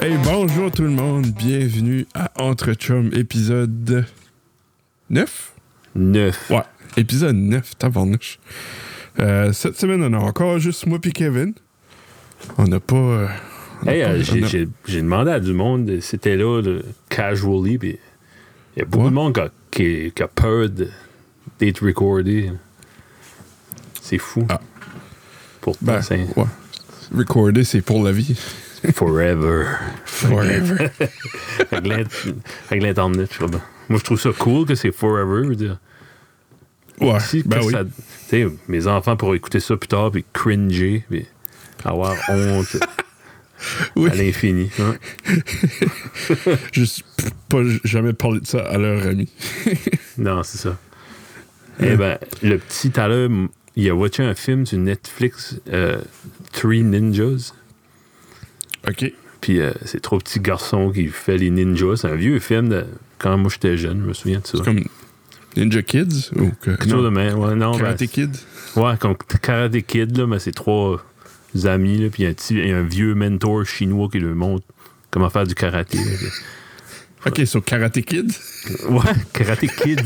Hey, bonjour tout le monde, bienvenue à Entre Chum, épisode 9? 9. Ouais, épisode 9, tabarnouche. Euh, cette semaine, on a encore juste moi et Kevin. On n'a pas... euh, on a Hey, pas- euh, j'ai- on a- j'ai j'ai demandé à du monde, euh, c'était là, de, casually, puis il y a beaucoup Ouais. de monde qui a, qui- qui a peur de- d'être recordé. C'est fou. Ah. Pourtant, Ben, c'est ouais. Recorder, c'est pour la vie. forever. Forever. Avec l'int- avec l'Internet, je sais pas. Moi, je trouve ça cool que c'est forever. je veux dire. Ouais, Si, ben que oui. ça- tu sais, mes enfants pourront écouter ça plus tard, puis cringer, puis avoir honte Oui. à l'infini. hein. Juste p- pas jamais parler de ça à leur ami. Non, c'est ça. Eh ben, le petit tout à l'heure, m- il a watché un film sur Netflix, euh, Three Ninjas. OK. Puis euh, c'est trois petits garçons qui fait les ninjas. C'est un vieux film de quand moi j'étais jeune, je me souviens de ça. Comme Ninja Kids ou que- Quelque non, chose de même. Ouais, non, Karate ben, Kid. Ouais, comme Karate Kid, là, mais c'est trois amis, là, puis il y a un petit- il y a un vieux mentor chinois qui leur montre comment faire du karaté. là, puis- OK, sur Karate Kid. Ouais, Karate Kids.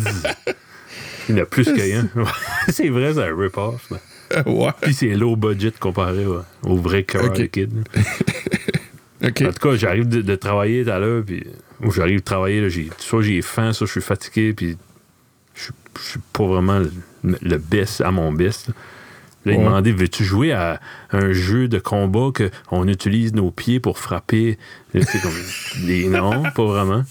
Il y en a plus qu'un. Ouais, c'est vrai, c'est un rip-off. mais- ouais. Puis c'est low budget comparé ouais, au vrai Karate Ok. Kid. OK. En tout cas, j'arrive de, de travailler tout à l'heure, puis ou j'arrive de travailler, là, j'ai- soit j'ai faim, soit je suis fatigué, puis je suis- je suis pas vraiment le, le best à mon best. Là, Là, il Ouais. m'a demandé veux-tu jouer à un jeu de combat que on utilise nos pieds pour frapper Là, C'est comme. des- non, pas vraiment.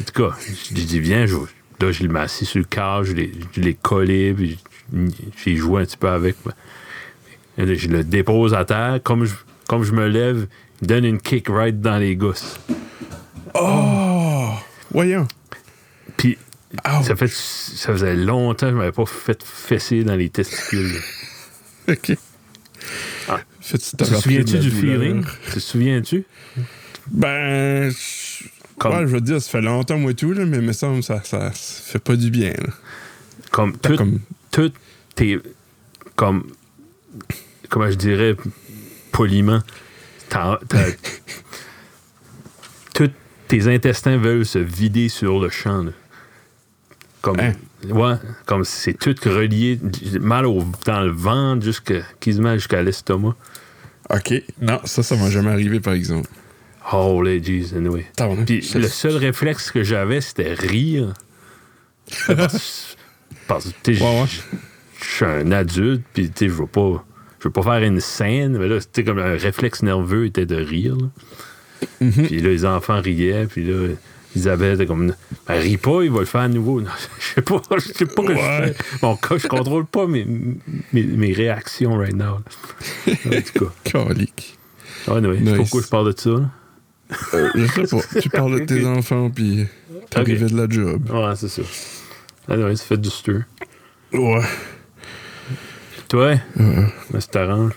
En tout cas, j'ai dit viens, je, là, je l'ai assis sur le cadre, je l'ai je l'ai collé, puis j'ai joué un petit peu avec. Et là, Je le dépose à terre. Comme je, comme je me lève, il donne une kick right dans les gousses. Oh! Voyons. Puis Ah, ça, fait, ça faisait longtemps que je m'avais pas fait fesser dans les testicules. OK. Ah. Fais-tu te Tu te rappeler de souviens-tu la du douleur? feeling? Tu te souviens-tu? Ben, je- Comme- ouais, je veux dire, ça fait longtemps, moi, et tout, là, mais il me semble que ça, ça ça fait pas du bien. là. Comme tout, Comme, tout tes... Comme... Comment je dirais poliment? t'as- t'as- Tous tes intestins veulent se vider sur le champ. là. Comme... Hein? Ouais, comme c'est tout relié du- mal au, dans le ventre jusqu'à quasiment jusqu'à l'estomac. OK. Non, ça, ça m'a jamais arrivé, par exemple. Holy jeez, anyway. Tabarnak, Puis ça- le seul réflexe que j'avais, c'était rire. Parce parce que tu sais, Ouais, ouais. je je suis un adulte, puis tu sais, je veux pas. Je veux pas faire une scène, mais là, c'était comme un réflexe nerveux était de rire. là. Mm-hmm. Puis là, les enfants riaient, puis là, Isabelle était comme, ben, ris pas, il va le faire à nouveau. Non, je sais pas, je sais pas que Ouais. je fais. Mon cas, je contrôle pas mes, mes, mes réactions right now. là. En tout cas, Calique. anyway, Nice. pourquoi je parle de ça? là? Je sais pas. Tu parles de tes enfants, puis t'arrivais de la job. Ouais, c'est ça. Anyway, ça fait du stir. Ouais. Toi, Mm-hmm. mais ça t'arrange.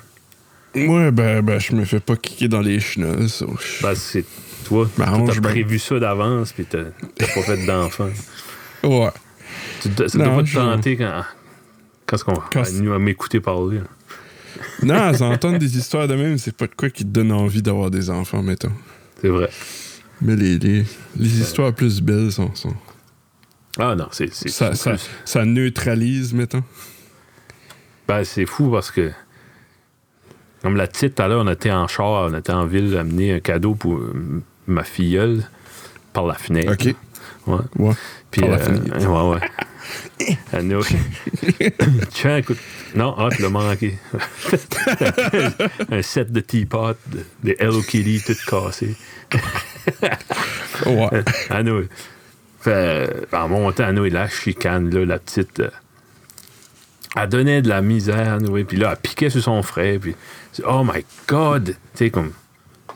Moi, ben, ben, je me fais pas kicker dans les chenolles. ça. Je- Ben, c'est toi, Ben, toi, arrange t'as bien. prévu ça d'avance, puis t'as t'as pas fait d'enfant. Ben. Ouais. Tu dois- ça Non, doit pas te je- tenter quand. Quand est-ce qu'on Quand- va nous, à m'écouter parler? hein. là. Non, s'entendre des histoires de même, c'est pas de quoi qui te donne envie d'avoir des enfants, mettons. C'est vrai. Mais les, les, les histoires plus belles sont. sont- Ah non, c'est. c'est- ça, c'est ça, plus- ça neutralise, mettons. Ben, c'est fou parce que. Comme la petite, tout à l'heure, on était en char, on était en ville, amener un cadeau pour euh, ma filleule par la fenêtre. OK. Ouais. Ouais. Puis, Par la euh, fenêtre. Ouais, ouais. Ah, no. Tiens, écoute. Non, ah, tu l'as manqué. un set de teapot, de, de Hello Kitty, tout cassé. Ouais. Ah, no. Fait, euh, en montant, ah, no, la chicane, là, la petite. euh, elle donnait de la misère, ah, no, puis là, elle piquait sur son frère, puis c'est, oh my god! Tu sais, comme.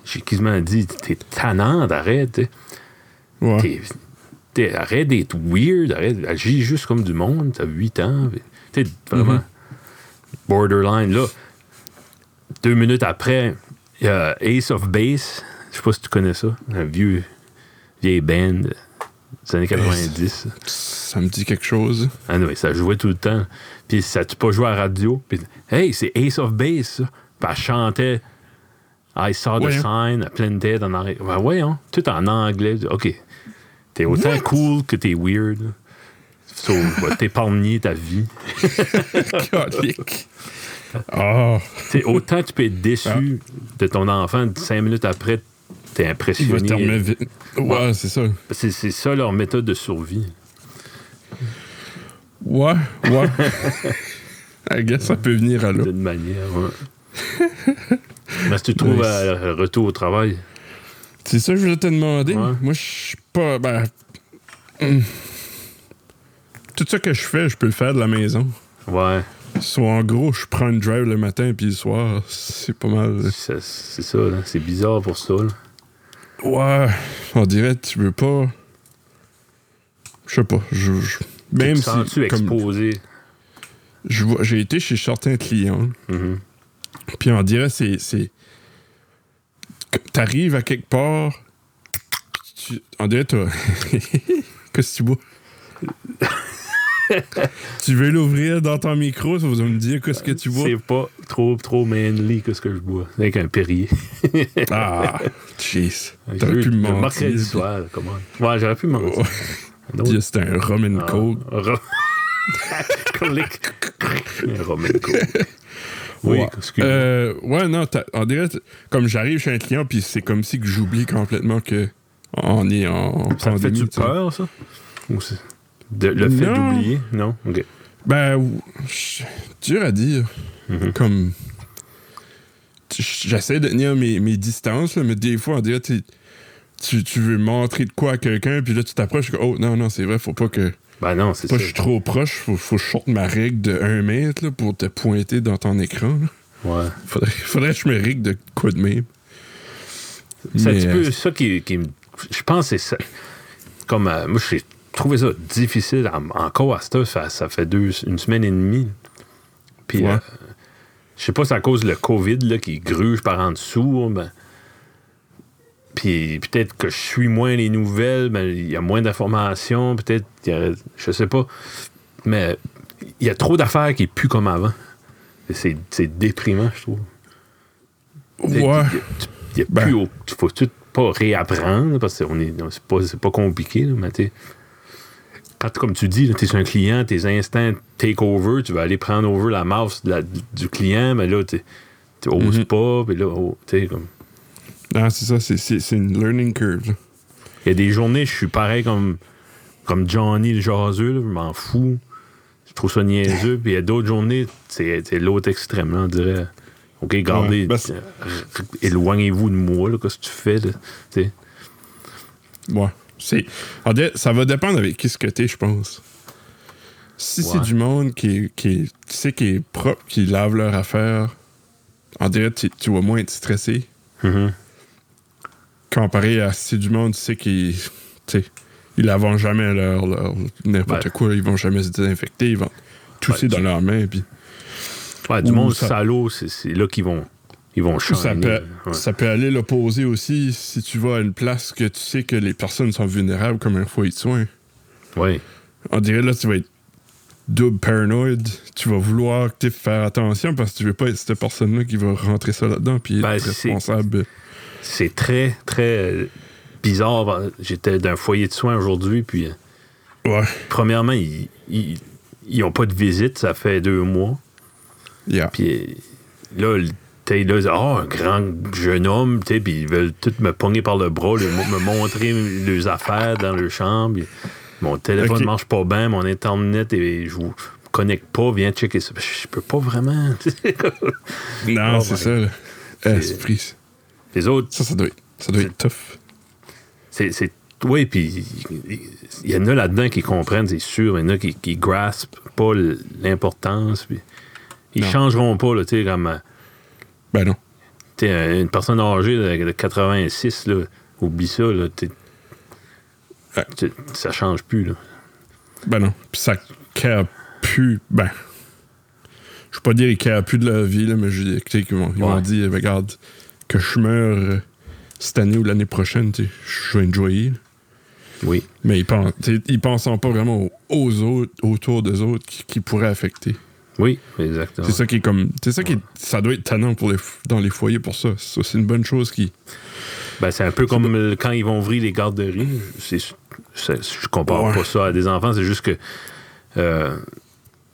J'ai quasiment dit, t'es tannant, arrête, tu sais. Ouais. T'es- t'es- arrête d'être weird, arrête, agis juste comme du monde, t'as 8 ans. pis- T'es vraiment borderline. Là, deux minutes après, il y a Ace of Base, je sais pas si tu connais ça, un vieux, vieille band des années 90. Ça ça me dit quelque chose. Ah non, ça jouait tout le temps. Puis ça tu pas joué à la radio. Puis, hey, c'est Ace of Base, ça. Puis elle chantait I saw the Voyons. sign, à pleine tête en arrière. Ben voyons, tout en anglais. OK. T'es autant What? cool que t'es weird. bah, là. Sauf, je vais t'épargner ta vie. Calique. Ah, T'sais, autant tu peux être déçu de ton enfant, cinq minutes après, t'es il va impressionné. terminer vite. Ouais, Ah. c'est ça. C'est c'est ça leur méthode de survie. Ouais, ouais. I guess ça peut venir à l'eau. d'une manière. ouais. Mais si tu trouves Nice. un retour au travail, C'est ça que je voulais te demander. Ouais. Moi, je suis pas. Ben. hmm. Tout ça que je fais, je peux le faire de la maison. ouais, Soit en gros, je prends une drive le matin puis le soir, c'est pas mal. ça- c'est ça, là. c'est bizarre pour ça. là. Ouais, on dirait, tu veux pas. Je sais pas. Je, je- Même tu te si. sens-tu comme- exposé? je vois- J'ai été chez certains clients. Mhm. Puis on dirait, c'est. c'est... T'arrives à quelque part. Tu... On dirait, toi. Qu'est-ce que tu bois? tu veux l'ouvrir dans ton micro, ça va me dire qu'est-ce que tu bois. C'est pas trop, trop manly que ce que je bois. C'est Avec un Perrier. Ah, jeez. Je- T'aurais pu me le mentir. Mercredi puis- soir, là, comment? Ouais, j'aurais pu mentir. Oh, Un autre. Dieu, c'était un rum and Ah, coke. ro- Colique. Un Roman Coke. Oui, ouais. excuse-moi. Euh, ouais, non, t'as- on dirait, t- comme j'arrive chez un client, puis c'est comme si que j'oublie complètement que on est en ça te pandémie, fait-tu tu sais. peur, ça? Ou c'est- de- le fait Non. d'oublier? Non? OK. Ben, ou- je- dur à dire. Mhm. Comme. tu- J'essaie de tenir mes, mes distances, là, mais des fois, on dirait, tu, tu, tu veux montrer de quoi à quelqu'un, puis là, tu t'approches, comme, oh, non, non, c'est vrai, faut pas que. Ben non, c'est Pas ça. que je suis trop proche, faut, faut que je sorte ma règle de 1 mètre là, pour te pointer dans ton écran. là. Ouais. Faudrait, faudrait que je me règle de quoi de même. C'est un Mais, petit euh, peu ça qui, qui me- Je pense que c'est ça. Comme euh, moi, j'ai trouvé ça difficile en- encore à cette heure, ça, ça fait deux, une semaine et demie. Puis, Ouais. euh, je sais pas, c'est à cause de le COVID là, qui gruge par en dessous. ben, puis peut-être que je suis moins les nouvelles, ben, il y a moins d'informations, peut-être, il y a- je sais pas. Mais il y a trop d'affaires qui puent comme avant. Et C'est c'est déprimant, je trouve. Il ouais. n'y a Ben. plus au- tu- faut tout pas réapprendre parce que on est, non, c'est pas, c'est pas compliqué, là, mais t'sais, quand, comme tu dis, tu es un client, tes instincts take over, tu vas aller prendre over la mouse de la- du client, mais là, tu n'oses Mhm. pas, puis là, oh, t'sais, comme- Non, Ah, c'est ça, c'est- c'est c'est une learning curve. là. Il y a des journées, je suis pareil comme, comme Johnny le jaseux, là, je m'en fous. Je trouve ça niaiseux. Puis il y a d'autres journées, c'est c'est l'autre extrême, là, on dirait. OK, gardez, Ouais, ben, c'est- euh, éloignez-vous de moi, là, qu'est-ce que tu fais, là, tu sais. Ouais. C'est, en fait, ça va dépendre avec qui ce que t'es, je pense. Si Ouais. c'est du monde qui, est- qui, est- tu sais, qui est propre, qui lave leur affaire, en direct, tu, tu vas moins être stressé. Mhm. Comparé à si c'est du monde, tu sais, qui. Tu sais, ils lavent jamais leur. leur- n'importe Ouais. quoi, ils vont jamais se désinfecter, ils vont tousser Ouais, tu- dans leurs mains, puis. Ouais, du Ou monde ça- salaud, c'est c'est là qu'ils vont, ils vont Puis ça shiner, peut, ouais. ça peut aller l'opposé aussi si tu vas à une place que tu sais que les personnes sont vulnérables comme un foyer de soins. Ouais. On dirait là, tu vas être double paranoïde. Tu vas vouloir tu sais, faire attention parce que tu veux pas être cette personne-là qui va rentrer ça là-dedans puis être Ben, c'est- responsable. C'est très, très euh, bizarre. J'étais d'un foyer de soins aujourd'hui, puis euh, Ouais. premièrement, ils ils- ils ont pas de visite, ça fait deux mois. Yeah. Puis euh, là, le- t'es là, oh, un grand jeune homme, tu sais, puis ils veulent tous me pogner par le bras, le- me montrer leurs affaires dans leur chambre. puis Mon téléphone Ok. marche pas bien, mon internet, et je vous connecte pas, viens checker ça. Je peux pas vraiment. Non, Oh c'est my ça. là. Esprit. Les autres, Ça, ça doit être, ça doit être tough. c'est. c'est oui, puis il y en a là-dedans qui comprennent, c'est sûr. Il y en a qui, qui graspent pas l- l'importance. Puis ils Non. changeront pas, là, tu sais, comme. euh, Ben non. T'sais, un- une personne âgée de, de 86, là, oublie ça, là, t'es- Ouais. t'sais, ça change plus. Là. Ben non. Puis ça care plus. Ben. Je veux pas dire qu'ils care plus de leur vie, là, mais je dis tu sais, qu'ils vont, ils vont Ouais. dire regarde, que je meure euh, cette année ou l'année prochaine, tu sais, je vais enjoyer. Oui. Mais ils pensent, t'sais, ils pensent pas vraiment aux, aux autres, autour des autres qui, qui pourraient affecter. Oui, exactement. C'est ça qui est comme. C'est ça qui. est- Ça doit être tannant pour les, f- dans les foyers pour ça. Ça, C'est une bonne chose qui. Ben, c'est un peu comme euh, quand ils vont ouvrir les garderies. C'est, c'est- je compare Ouais. pas ça à des enfants, c'est juste que euh,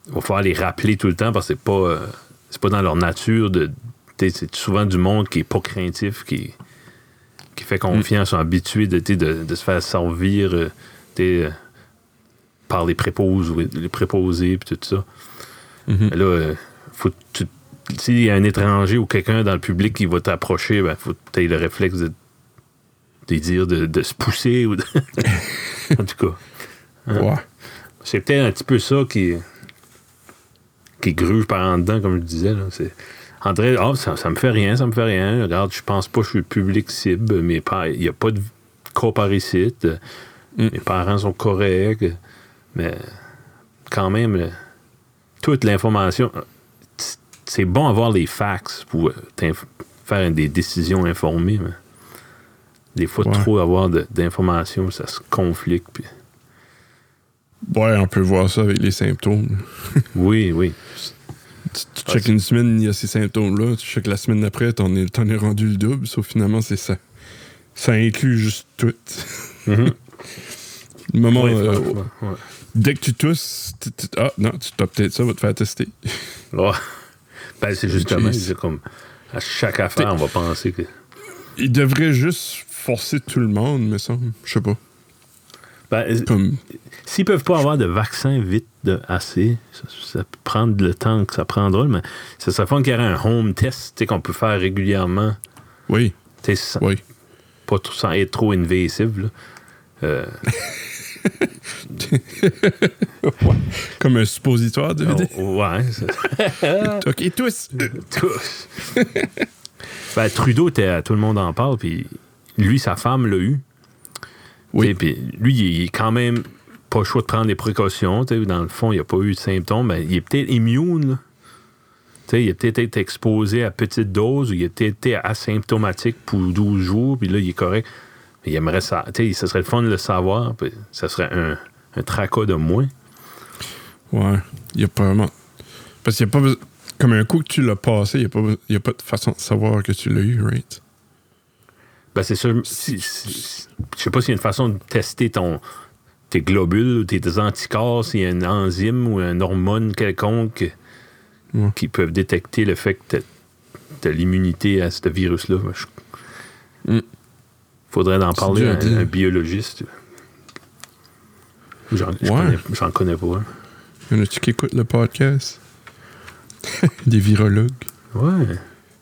va falloir les rappeler tout le temps parce que c'est pas, euh, c'est pas dans leur nature. De, t'sais, c'est souvent du monde qui est pas craintif, qui, qui fait confiance, sont habitués de, t'sais, de, de se faire servir euh, t'sais, euh, par les préposés, ou les préposés puis tout ça. Mhm. Mais là, euh, faut que tu- s'il y a un étranger ou quelqu'un dans le public qui va t'approcher, ben, faut que tu le réflexe de, de dire de, de se pousser. Ou de- en tout cas, Ouais. c'est peut-être un petit peu ça qui, qui gruge par en dedans, comme je disais. Là. C'est, André, Ah, ça, ça me fait rien, ça me fait rien. Regarde, je pense pas que je suis le public cible, mais pas- il n'y a pas de coparicite. Mm. Mes parents sont corrects. Mais quand même, euh, toute l'information. euh, c- C'est bon avoir les fax pour euh, t'inf- faire des décisions informées. Mais des fois, Ouais. trop avoir de- d'informations, ça se conflicte. puis- Ouais, on peut voir ça avec les symptômes. Oui, oui. Tu, tu checkes une semaine, il y a ces symptômes-là. Tu checkes la semaine d'après, t'en es, t'en es rendu le double. Sauf finalement, c'est ça. Ça inclut juste tout. Mm-hmm. Mhm. Le moment. Ouais, euh, franchement, ouais. dès que tu tousses, tu- tu- ah non, tu t'as peut-être ça, va te faire tester. Ouais. Ben, c'est justement, Jeez. c'est comme à chaque affaire, on va penser que. Ils devraient juste forcer tout le monde, me semble. Je sais pas. Ben, Comme. S'ils peuvent pas avoir de vaccin vite de assez, ça, ça peut prendre le temps que ça prendra, mais ça serait fun qu'il y ait un home test tu sais, qu'on peut faire régulièrement, Oui, tu sais, sans, oui. pas trop- sans être trop invasive. là. Euh, Ouais. Comme un suppositoire de vidéo. on- Ah oh, ouais, ça- Ok, tous. tous. Ben, Trudeau, t'es- tout le monde en parle, puis lui, sa femme l'a eu. Oui. Tu sais, Puis lui, il est quand même pas le choix de prendre des précautions. tu sais, Dans le fond, il n'a pas eu de symptômes. mais il est peut-être immune. là. Tu sais, Il a peut-être été exposé à petite dose ou il a peut-être été asymptomatique pour 12 jours, puis là, il est correct. Mais il aimerait ça. tu sais, Ce serait le fun de le savoir, puis ça serait un, un tracas de moins. Ouais, il n'y a pas vraiment. Parce qu'il n'y a pas. bes- Comme un coup que tu l'as passé, il n'y a, pas... y a pas de façon de savoir que tu l'as eu, right? Ben, c'est sûr. si- si- je sais pas s'il y a une façon de tester ton, tes globules ou tes, tes anticorps, s'il y a une enzyme ou une hormone quelconque Ouais. qui peuvent détecter le fait que tu as l'immunité à ce virus-là. Ben, je- Mm. Hmm. Faudrait en C'est parler dur à à un, dire. un biologiste. J'en je Ouais. connais- j'en connais, pas. hein. Il y en a-tu qui écoutent le podcast? Des virologues. Ouais.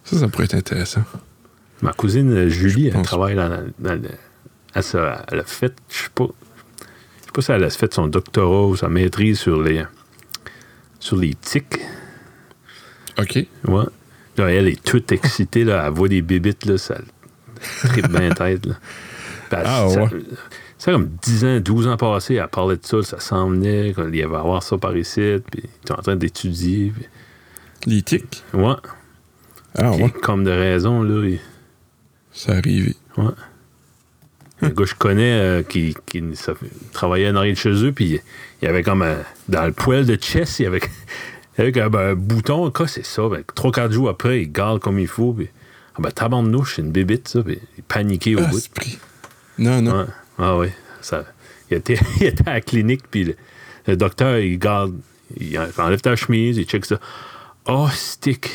Ça, ça pourrait être intéressant. Ma cousine euh, Julie, elle pense. travaille dans, la- dans le- elle, se- elle a fait, je sais pas, je sais pas si elle a fait son doctorat ou sa maîtrise sur les sur les tiques. Ok. Ouais. Là, elle est toute excitée, là, elle voit des bébites, là, ça le tripe bien la tête. Là. Puis elle- Ah, ça, ouais. ça, comme 10 ans, 12 ans passés, elle parlait de ça, ça s'en venait, qu'il y avait à avoir ça par ici, puis ils sont en train d'étudier. puis- Les tics. Ouais, Ah puis ouais, comme de raison, là, il- ça arrive. Ouais. Un gars que je connais euh, qui, qui ça fait- travaillait en arrière de chez eux, puis il y avait comme un- dans le poêle de chess, il y avait, il y avait comme un bouton. Quoi, c'est ça? Ben, trois, quatre jours après, il garde comme il faut, puis ah ben, tabarnouche, c'est une bébite, ça, puis il paniquait au Ah, bout. c'est pris. Non, non. Ouais. Ah oui. Ça, il, était, il était à la clinique, puis le, le docteur, il garde, il enlève ta chemise, il check ça. Oh, stick!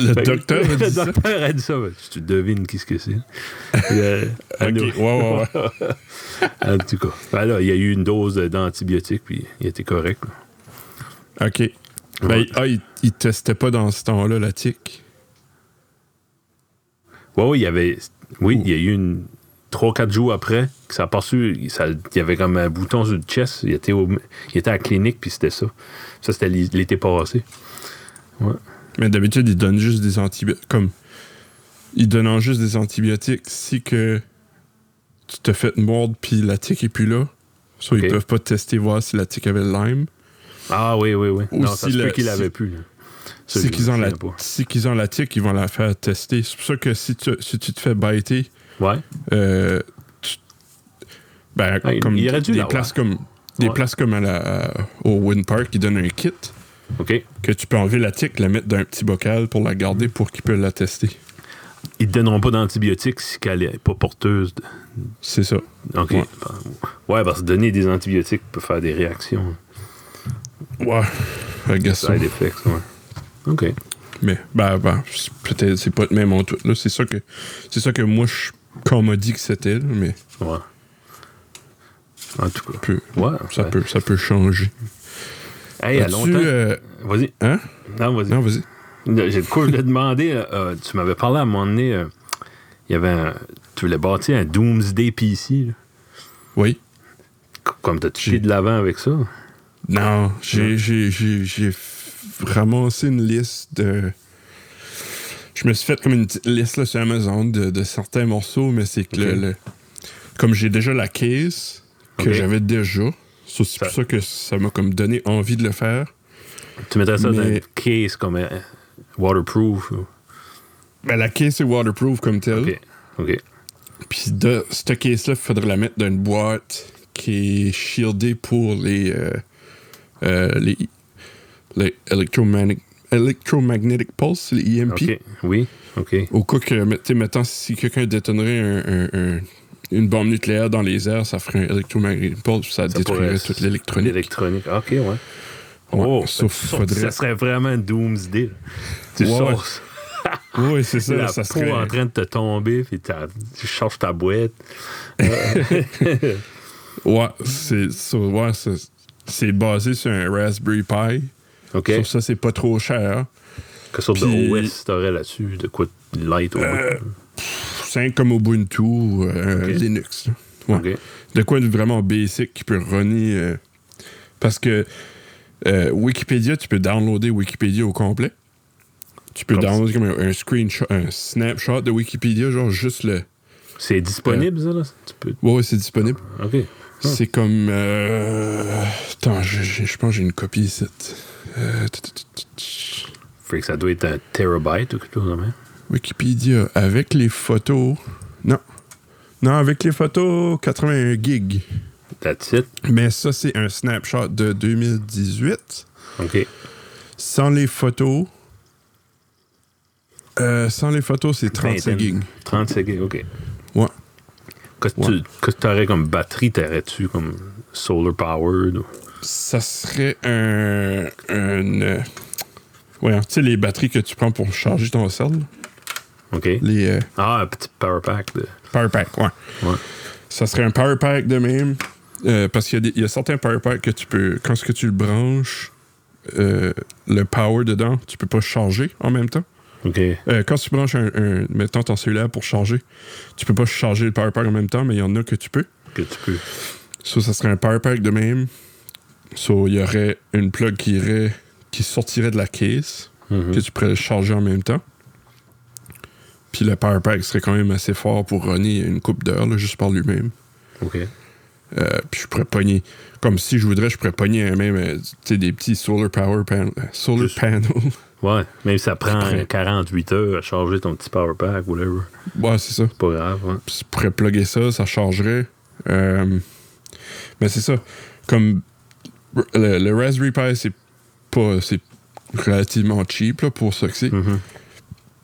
Le Fait que- docteur a Ben, le dit ça. docteur a dit ça. Ben, Tu devines qu'est-ce que c'est. Euh, Le- Ok, ouais, ouais, ouais. En tout cas. Ben là, il y a eu une dose de- d'antibiotiques, puis il était correct. là. OK. Ben, Ouais. il- ah, il, il testait pas dans ce temps-là la tic. Ouais, ouais, il y avait. Oui, il y a eu une. 3-4 jours après, que ça a passé, il ça- il y avait comme un bouton sur le chest. Il était, au- il était à la clinique, puis c'était ça. Ça, c'était l'hi- l'été passé. Mais d'habitude, ils donnent juste des antibiotiques. Comme. Ils donnent juste des antibiotiques si que tu te fais mordre puis la tique est plus là. Soit Ok. ils peuvent pas te tester voir si la tique avait le Lyme. Ah oui, oui, oui. Ou non, ça si se peut le- qu'il si- l'avait plus. là. Ça, je Si qu'ils me ont, la, souviens pas. si qu'ils ont la tique, ils vont la faire tester. C'est pour ça que si tu, si tu te fais biter, Ouais. euh, Ben, Ah, il- comme il aurait dû des l'avoir. places comme des Ouais. places comme à la, à- au Wind Park, ils donnent un kit OK? que tu peux enlever la tique, la mettre dans un petit bocal pour la garder Mm. pour qu'ils puissent la tester. Ils te donneront pas d'antibiotiques si elle n'est pas porteuse. de- C'est ça. OK. Ouais. Ouais. parce que donner des antibiotiques peut faire des réactions. Ouais. Regarde ça. Side effects, ouais. OK. Mais ben, ben, c'est- peut-être c'est pas le même en tout. Là, c'est ça que c'est ça que moi je qu'on m'a dit que c'était, là, mais Ouais. En tout cas. peut- Ouais. ça peut ça peut changer. Hey, à As-tu, longtemps. euh, Vas-y. hein? Non, vas-y. Non, vas-y. Non, J'ai de quoi je l'ai demandé. euh, euh, tu m'avais parlé à un moment donné. euh, il y avait un- Tu voulais bâtir un Doomsday PC. là. Oui. C- Comme t'as J'ai- tué de l'avant avec ça. Non, j'ai j'ai- j'ai- j'ai f- ramassé une liste de. Je me suis fait comme une petite liste là, sur Amazon de, de certains morceaux, mais c'est que le, Ok. le- Comme j'ai déjà la case que Ok. j'avais déjà, so, c'est pour Ça- ça que ça m'a comme donné envie de le faire. Tu mettrais ça dans Mais- une case comme euh, waterproof. ou- Ben, la case est waterproof comme telle. OK. OK. Puis de cette case-là, il faudrait la mettre dans une boîte qui est shieldée pour les, euh, euh, les, les electromagnetic, electromagnetic pulse, les E EMP. OK. Oui. OK. Au cas que, mais, tu sais, mettons, si quelqu'un détonnerait un- un- un- une bombe nucléaire dans les airs, ça ferait un electromagnetic pulse, puis ça, Ça détruirait pourrait- toute l'électronique. L'électronique. OK, ouais. Ouais, oh, sauf ça, faudrait- ça serait vraiment un Doomsday. là. Tu Ouais, ouais. sors Oui, Ah c'est ça, la ça peau serait... en train de te tomber, puis t'as- tu changes ta boîte. Ouais, c'est ça, ouais, c'est- c'est basé sur un Raspberry Pi. OK. Sauf ça, c'est pas trop cher. Que sorte Puis- de OS t'aurais là-dessus? De quoi de light au Euh, moins? simple comme Ubuntu ou euh, Ok. Linux. là. Ouais. OK. De quoi de vraiment basic qui peut runner. euh, parce que euh, Wikipédia, tu peux downloader Wikipédia au complet. Tu peux Comme ça. downloader comme un, un screenshot, un snapshot de Wikipédia, genre juste le. C'est disponible, ça, là? Tu peux... Ouais, ouais, c'est disponible. OK. C'est comme. euh, Attends, je, je- je pense que j'ai une copie ici. Euh, tut, tut, tut, tut. Fait que ça doit être un terabyte ou quelque chose comme ça. Wikipédia avec les photos. Non. Non, avec les photos, 81 gigs. That's it. Mais ça, c'est un snapshot de 2018. OK. Sans les photos. euh, sans les photos, c'est 35 gigs. 37 gigs, OK. Ouais. Qu'est-ce que tu- qu'est-ce que t'aurais comme batterie? T'aurais-tu comme solar powered? ou- Ça serait un. un euh, ouais, tu sais, les batteries que tu prends pour charger ton cell, OK. les euh, Ah, un petit power pack. De... Power Pack, ouais. Ouais. Ça serait un Power Pack de même. euh, parce qu'il y, a des- il y a certains Power Pack que tu peux. Quand ce que tu le branches, euh, le power dedans, tu peux pas charger en même temps. OK. Euh, quand tu branches un, un- mettons ton cellulaire pour charger, tu peux pas charger le PowerPack en même temps, mais il y en a que tu peux. Que tu peux. Ça, ça serait un PowerPack de même. Ça, il y aurait une plug qui irait, qui sortirait de la case, Mhm. que tu pourrais charger en même temps. Puis le PowerPack serait quand même assez fort pour runner une coupe d'heure, là, juste par lui-même. OK. Euh, puis je pourrais pogner, comme si je voudrais, je pourrais pogner euh, même euh, tu sais, des petits solar power pan- euh, solar Juste- panel. Ouais. Même si ça prend Après. 48 heures à charger ton petit power pack, whatever. ouais, c'est ça. C'est pas grave, hein. ouais. Puis tu pourrais plugger ça, ça chargerait. Euh, mais c'est ça. Comme le, le Raspberry Pi, c'est pas. c'est relativement cheap là, pour ce que c'est. Mhm.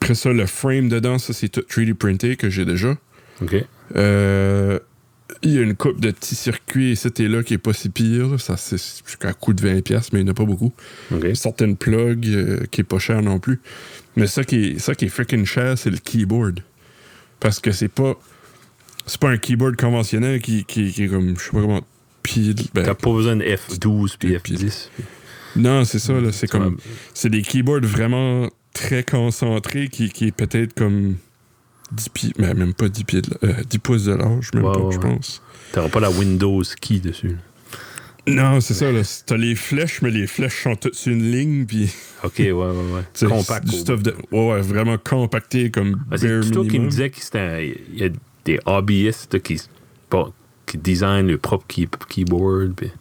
Après ça, le frame dedans, ça c'est tout 3D printé que j'ai déjà. OK. Euh, Il y a une coupe de petits circuits ici et là qui est pas si pire. là. Ça, c'est jusqu'à coût de 20$, mais il n'y en a pas beaucoup. OK. Certaines plugs euh, qui est pas cher non plus. Mais ça qui est, ça qui est freaking cher, c'est le keyboard. Parce que c'est pas. C'est pas un keyboard conventionnel qui, qui, qui est comme. Je sais pas comment. Pile. ben, T'as pas besoin de F12 puis Puis- F10. non, c'est ça, là. C'est Tu comme. C'est des keyboards vraiment très concentrés qui, qui est peut-être comme. 10 pieds. Mais même pas 10 pieds. de- euh, 10 pouces de large, même Ouais, pas, ouais, je ouais. pense. T'auras pas la Windows key dessus. Non, c'est ça, là. T'as les flèches, mais les flèches sont toutes sur une ligne, puis. OK, ouais, ouais, ouais. tu sais, Compact. Du au- stuff de. Ouais, ouais, vraiment compacté comme. Ah, c'est bare toi qui me minimum. disais qu'il y a des hobbyistes là, qui, s- pas- qui designent leur propre key- keyboard. puis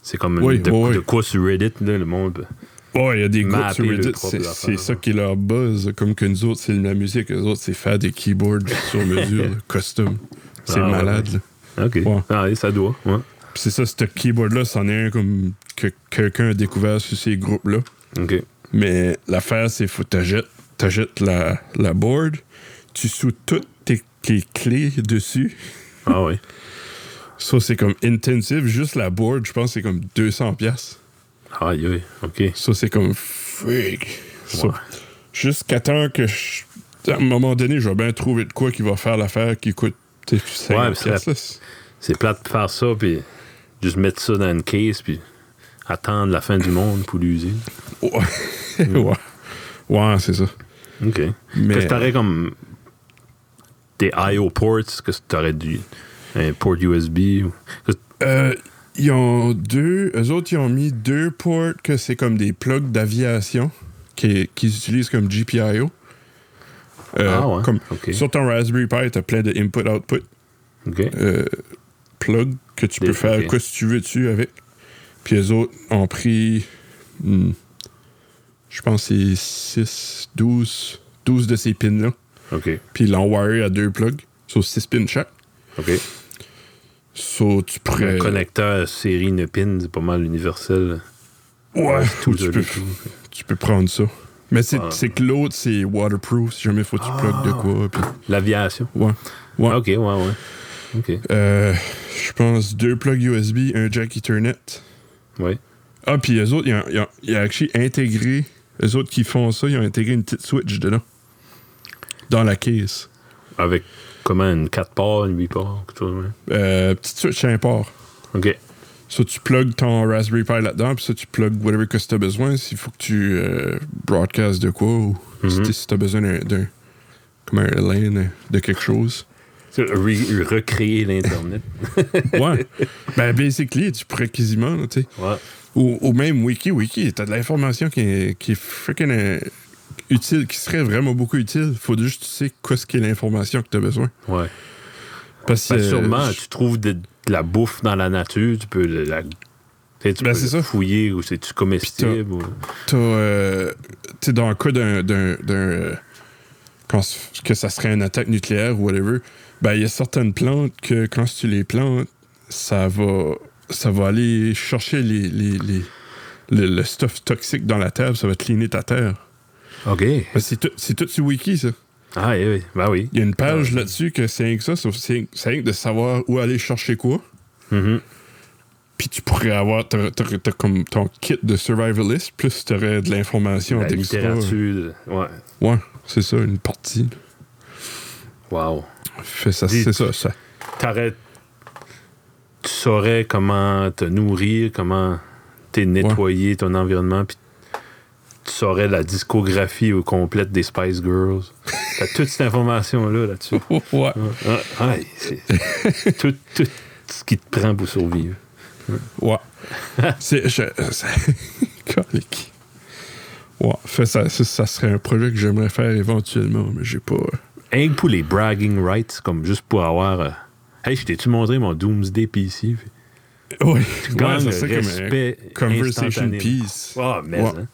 C'est comme une- Oui, de, oui, oui. de quoi sur Reddit, là, le monde. puis- Ouais, il y a des groupes Mapper sur le Reddit, propre c'est- affaire. c'est ça qui est leur buzz. Comme que nous autres, c'est la musique, eux autres, c'est faire des keyboards sur mesure, là, custom. C'est Ah, ouais, malade. ouais. là. OK. Ouais. Ah, et ça doit. Ouais. Puis c'est ça, ce keyboard-là, c'en est un comme que quelqu'un a découvert sur ces groupes-là. OK. Mais l'affaire, c'est faut t'ajoutes t'ajoutes la, la board, tu sous toutes tes, tes clés dessus. Ah oui. Ça, c'est comme intensif. Juste la board, je pense, que c'est comme 200 pièces. Aïe, aïe. OK. Ça, c'est comme freak. Ça, Ouais. Jusqu'à temps que je- À un moment donné, je vais bien trouver de quoi qui va faire l'affaire qui coûte tu sais, 50 Ouais, mais ça- piastres, là. C'est plate de faire ça, puis juste mettre ça dans une case, puis attendre la fin du monde pour l'user. Ouais. ouais. Ouais, c'est ça. OK. Mais- Mais... Parce que t'aurais comme des I.O. ports, que t'aurais du un port USB. ou- que- Euh, ils ont deux. Eux autres, ils ont mis deux ports que c'est comme des plugs d'aviation qui- qu'ils utilisent comme GPIO. Euh, Ah ouais, comme- ok. Sur ton Raspberry Pi, t'as plein de input-output OK. plugs euh, que tu Des- peux faire ok. quoi si tu veux dessus avec. Puis eux autres ont pris. hmm, je pense que c'est 6, 12, 12 de ces pins-là. OK. Puis ils l'ont wiré à deux plugs. Sur 6 pins chaque. OK. So, tu pourrais. Un connecteur série 9 pins, c'est pas mal universel. Ouais, C'est tout ou tu isolé, peux tout. Tu peux prendre ça. Mais c'est Ah. c'est que l'autre, c'est waterproof. Si jamais faut que tu plugues de quoi. puis- L'aviation. ouais. Ouais. Ah, OK, ouais, ouais. OK. Euh, je pense deux plugs USB, un jack Ethernet. Ouais. Ah, puis eux autres, ils ont, ils ont- ils ont actually intégré. Eux autres qui font ça, ils ont intégré une petite switch dedans. Dans la case. Avec comment une 4 parts, une 8 parts, quelque chose de même. Euh, petite switch à un port. OK. Ça, tu plugues ton Raspberry Pi là-dedans, puis ça, tu plugues whatever que tu as besoin. S'il faut que tu euh, broadcasts de quoi, ou si t'es- si tu as besoin d'un- d'un. Comme un LAN, euh, de quelque chose. C'est re- recréer l'Internet. Ouais. ben, basically, tu pourrais quasiment, là, tu sais. Ouais. Ou, ou même Wiki, Wiki, t'as de l'information qui est, qui est freaking euh, utile, qui serait vraiment beaucoup utile. Faut juste que tu sais quoi ce qu'est l'information que t'as besoin. Ouais. Parce que. Ben, sûrement, euh, tu trouves de, de la bouffe dans la nature, tu peux la, la- tu sais, tu Ben, peux c'est ça. la fouiller ou c'est-tu comestible. Ou... T'as. euh, t'sais, dans le cas d'un. d'un- d'un, euh, quand c- que ça serait une attaque nucléaire ou whatever, ben, il y a certaines plantes que quand tu les plantes, ça va. Ça va aller chercher les, les, les- le, le stuff toxique dans la terre, ça va cleaner ta terre. OK. Ben, c'est tout, c'est tout sur Wiki, ça. Ah oui, oui. Ben oui. Il y a une page là-dessus que c'est rien que ça, sauf c'est c'est rien que de savoir où aller chercher quoi. Mhm. Puis tu pourrais avoir t'aurais- t'aurais- t'as comme ton kit de survivalist, plus tu aurais de l'information La d'extra. littérature. Ouais. Ouais, c'est ça, une partie. Wow. Fait ça, Dis- c'est ça, ça. T'aurais- Tu saurais comment te nourrir, comment t'es nettoyer ton environnement, puis tu saurais la discographie au complète des Spice Girls. T'as toute cette information-là là-dessus. Ouais. Ah, ah, c'est- tout, tout ce qui te prend pour survivre. Ouais. c'est. Je, c'est- Colique. Ouais, fait ça, ça, ça serait un projet que j'aimerais faire éventuellement, mais j'ai pas. Rien que pour les bragging rights, comme juste pour avoir. euh, hey, je t'ai-tu montré mon Doomsday PC? Ouais, Tu ouais, gagnes ça le serait respect. comme un conversation instantané. piece. Ah, mais. Ouais. hein.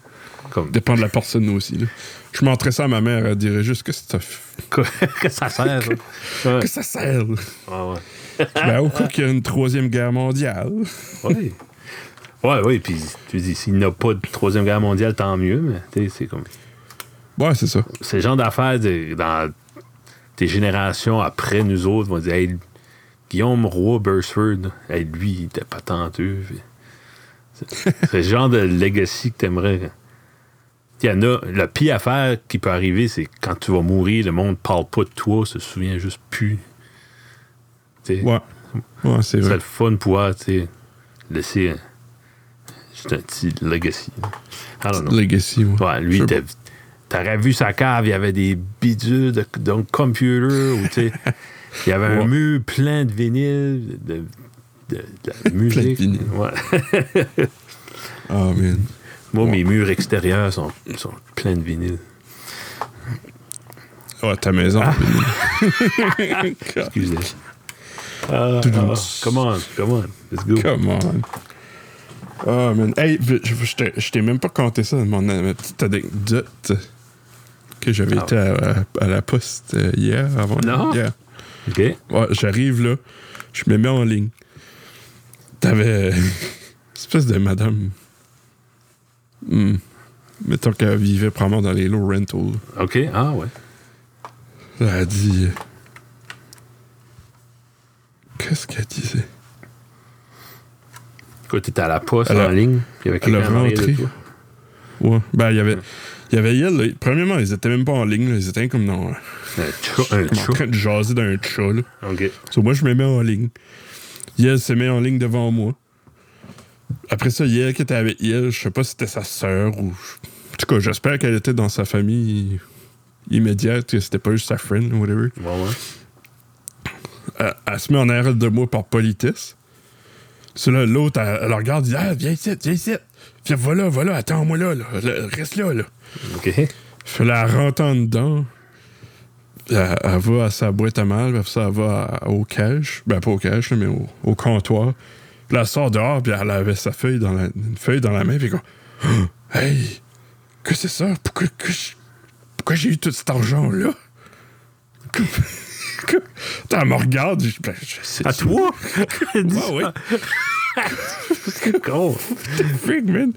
Comme, Dépend de la personne aussi. là. Je montrais ça à ma mère, elle dirait juste que ça, que ça sert, ça. Ouais. que ça sert. Ah, ouais. ben, au coup qu'il y a une troisième guerre mondiale. Oui. Oui, oui, puis tu dis, s'il n'y a pas de Troisième Guerre mondiale, tant mieux, mais tu sais, c'est comme. Ouais, c'est ça. C'est le genre d'affaires de- dans tes générations après nous autres vont dire, hey, Guillaume Roy Bursford, hey, lui, il était pas tenteux. puis- C'est c'est le genre de legacy que t'aimerais. Il y en a, la pire affaire qui peut arriver, c'est quand tu vas mourir, le monde parle pas de toi, se souvient juste plus. Tu sais, Ouais. Ouais, c'est c'est vrai. le fun de pouvoir, tu sais, laisser un- juste un petit legacy. I don't know. Legacy, ouais. Ouais, lui, Je- t'as- t'aurais vu sa cave, il y avait des bidules de, de computer, ou tu sais, il y avait un Ouais. mur plein de vinyles, de, de- de la musique. vinyles. Ouais. Ah, man. Moi, Ouais. mes murs extérieurs sont, sont pleins de vinyles. Ouais, ta maison. Ah. Excusez. Ah, ah, come on, come on, let's go. Come on. Ah, man. Hey, je, je t'ai- je t'ai même pas compté ça, mon, ma petite anecdote que j'avais Ah. été à, à- à la poste euh, hier, avant Non? hier. OK. Ouais, J'arrive là, je me mets en ligne. T'avais une espèce de madame. Hmm. Mettons qu'elle vivait probablement dans les low rentals. OK. Ah, ouais. Elle a dit. Qu'est-ce qu'elle disait? Écoute, t'étais à la poste Elle a- en ligne. Puis il y avait elle a quelqu'un en arrière de rentré. toi. Ouais. Ben, il y avait. Il y avait elle, là. Premièrement, ils étaient même pas en ligne, là. Ils étaient comme dans. Un chat. Un comme en chat. train de jaser dans un chat, là. OK. So, moi, je me mets en ligne. Yel se met en ligne devant moi. Après ça, Yel qui était avec Yel, je sais pas si c'était sa sœur ou. En tout cas, j'espère qu'elle était dans sa famille immédiate, que c'était pas juste sa friend ou whatever. Bon, ouais. Elle, elle se met en arrière de moi par politesse. C'est là, l'autre, elle, elle regarde, elle dit Ah, viens ici, viens ici. Viens, voilà, voilà, attends-moi là, là. Là, Reste là, là. OK. Fait là, elle rentre en dedans. Elle, elle va à sa boîte à mal, puis après ça, elle va à- au cash. Ben, pas au cash, là, mais au, au comptoir. Puis là, elle sort dehors, puis elle avait sa feuille dans la, une feuille dans la main, puis comme « Hey, que c'est ça? Pourquoi, que je- pourquoi j'ai eu tout cet argent-là? » Elle me regarde, je, ben, je sais À toi? Ouais, ouais. Con. Freak, man.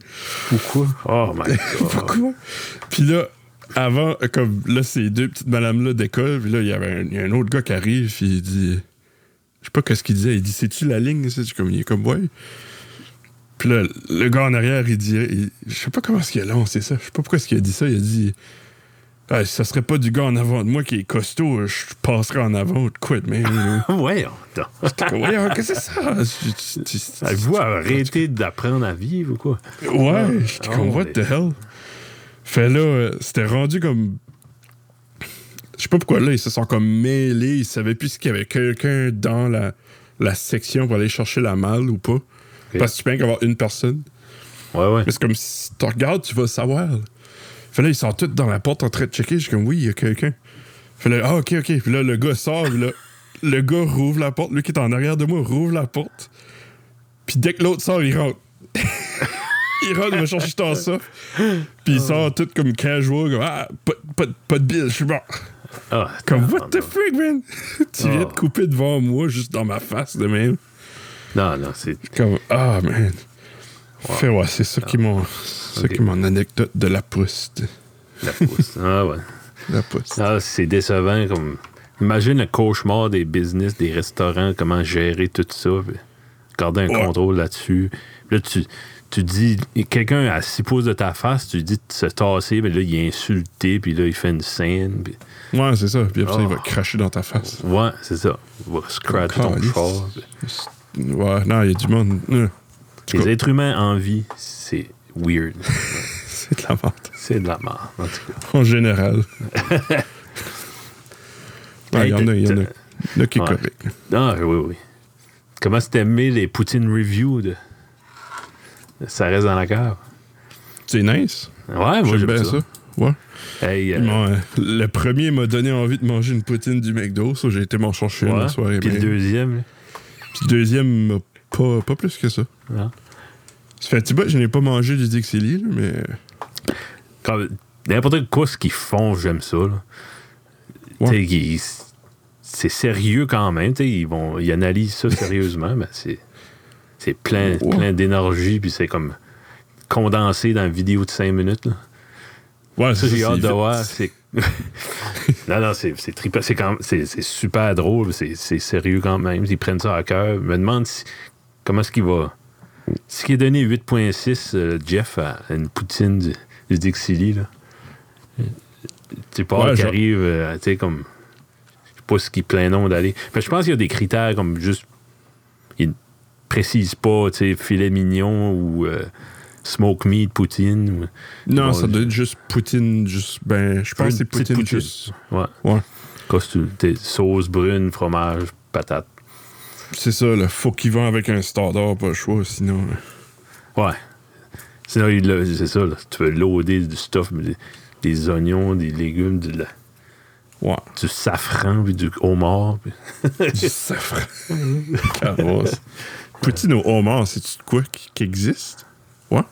Pourquoi? Oh, my God. Pourquoi? Puis là, avant, euh, comme là, ces deux petites madames-là décollent, puis là, il y avait un, il y a un autre gars qui arrive, puis il dit. Je sais pas qu'est-ce qu'il disait. Il dit C'est-tu la ligne ça? Je suis comme, Il est comme, ouais. Puis là, le gars en arrière, il dit il- Je sais pas comment est-ce qu'il a lancé ça. Je sais pas pourquoi est-ce qu'il a dit ça. Il a dit Ah, Si ça serait pas du gars en avant de moi qui est costaud, je passerais en avant ou de quoi de même. Voyons. donc. Voyons, qu'est-ce que c'est ça Avez-vous arrêté Ah, d'apprendre à vivre ou quoi? Ouais, j'étais Ah comme, ouais. what the hell? Fait là, euh, c'était rendu comme. Je sais pas pourquoi là, ils se sont comme mêlés, ils savaient plus qu'il y avait quelqu'un dans la, la section pour aller chercher la malle ou pas. Parce que tu peux rien avoir une personne. Ouais, ouais. Mais c'est comme si tu regardes, tu vas savoir. Fait là, ils sont tous dans la porte en train de checker. Je suis comme, oui, il y a quelqu'un. Fait là, ah, ok, ok. Puis là, le gars sort. puis là, le gars rouvre la porte. Lui qui est en arrière de moi rouvre la porte. Puis dès que l'autre sort, il rentre. il rentre, il va chercher ton ça. Puis Ah. il sort tout comme casual, comme, ah, pas, pas- pas de bill, je suis mort. Ah, Comme, non, what the freak, man? tu viens de Oh. couper devant moi, juste dans ma face de même. Non, non, c'est. Comme, ah, man. Fait, ouais, c'est ça qui m'en. ça Ah. Ok. qui mon anecdote de la poste. La pousse. Ah ouais. La poste. Ah, c'est décevant comme. Imagine le cauchemar des business, des restaurants, comment gérer tout ça. puis Garder un Ouais. contrôle là-dessus. Puis Là, tu, tu dis, quelqu'un à six pouces de ta face, tu dis de se tasser, mais là, il est insulté, puis là, il fait une scène. puis- Ouais, c'est ça. Puis après ça, il va Oh. cracher dans ta face. Ouais, c'est ça. Il va scratcher ton Calice. char. puis- Ouais, non, il y a du monde. Ah. Euh, Les cas. êtres humains en vie, c'est weird. c'est de la vente. c'est de la mort, en tout cas. En général. Ouais, Hey, Il y en a, il y en a. t'as- il y en a qui est Ouais. correct. Ah, oui, oui. Comment c'était aimé les Poutine Review de... de Ça reste dans la cave? C'est nice. Ouais, moi J'aime bien j'aime ça. ça. Ouais. Hey, euh, Bon, euh, le premier m'a donné envie de manger une poutine du McDo, ça j'ai été m'en chercher une ouais. la soirée. Puis le même. deuxième, là. Puis le deuxième, m'a pas, pas plus que ça. Non. Ça fait un petit bout que je n'ai pas mangé du Dixili, là, mais. Comme- N'importe quoi ce qu'ils font, j'aime ça. là. Ouais. T'sais, ils- C'est sérieux quand même. t'sais, Ils, vont... ils analysent ça sérieusement, mais c'est c'est plein, Ouais. plein d'énergie, puis c'est comme condensé dans une vidéo de 5 minutes. là. Ouais, Ça, j'ai c'est hâte de vite. voir. C'est... non, non, c'est, c'est trippant. C'est, quand- c'est- c'est super drôle. C'est, c'est sérieux quand même. Ils prennent ça à cœur. Je me demande si- comment est-ce qu'il va. Ce qui est donné 8.6, euh, Jeff, à une poutine du, du Dixili, là. Tu pars Ouais, qui je- arrive, euh, tu sais, comme. Je sais pas ce qui plein nom d'aller. Mais je pense qu'il y a des critères comme juste. Ils précisent pas, tu sais, filet mignon ou euh, smoke meat, poutine. ou- Non, Bon, ça je- doit être juste poutine, juste. Ben, je pense que c'est Une petite poutine, poutine. juste. Ouais. Ouais. Costume, t'es- sauce brune, fromage, patate. C'est ça, là. Faut qu'il vende avec un standard, pas le choix, sinon. euh, là. Ouais. Sinon, il le- c'est ça, là. tu veux loader du stuff, mais des, des oignons, des légumes, du, la- Ouais. du safran, puis du homard. puis- du safran. Cavosse. Poutine au homard, c'est-tu de quoi qui, qui existe? Ouais.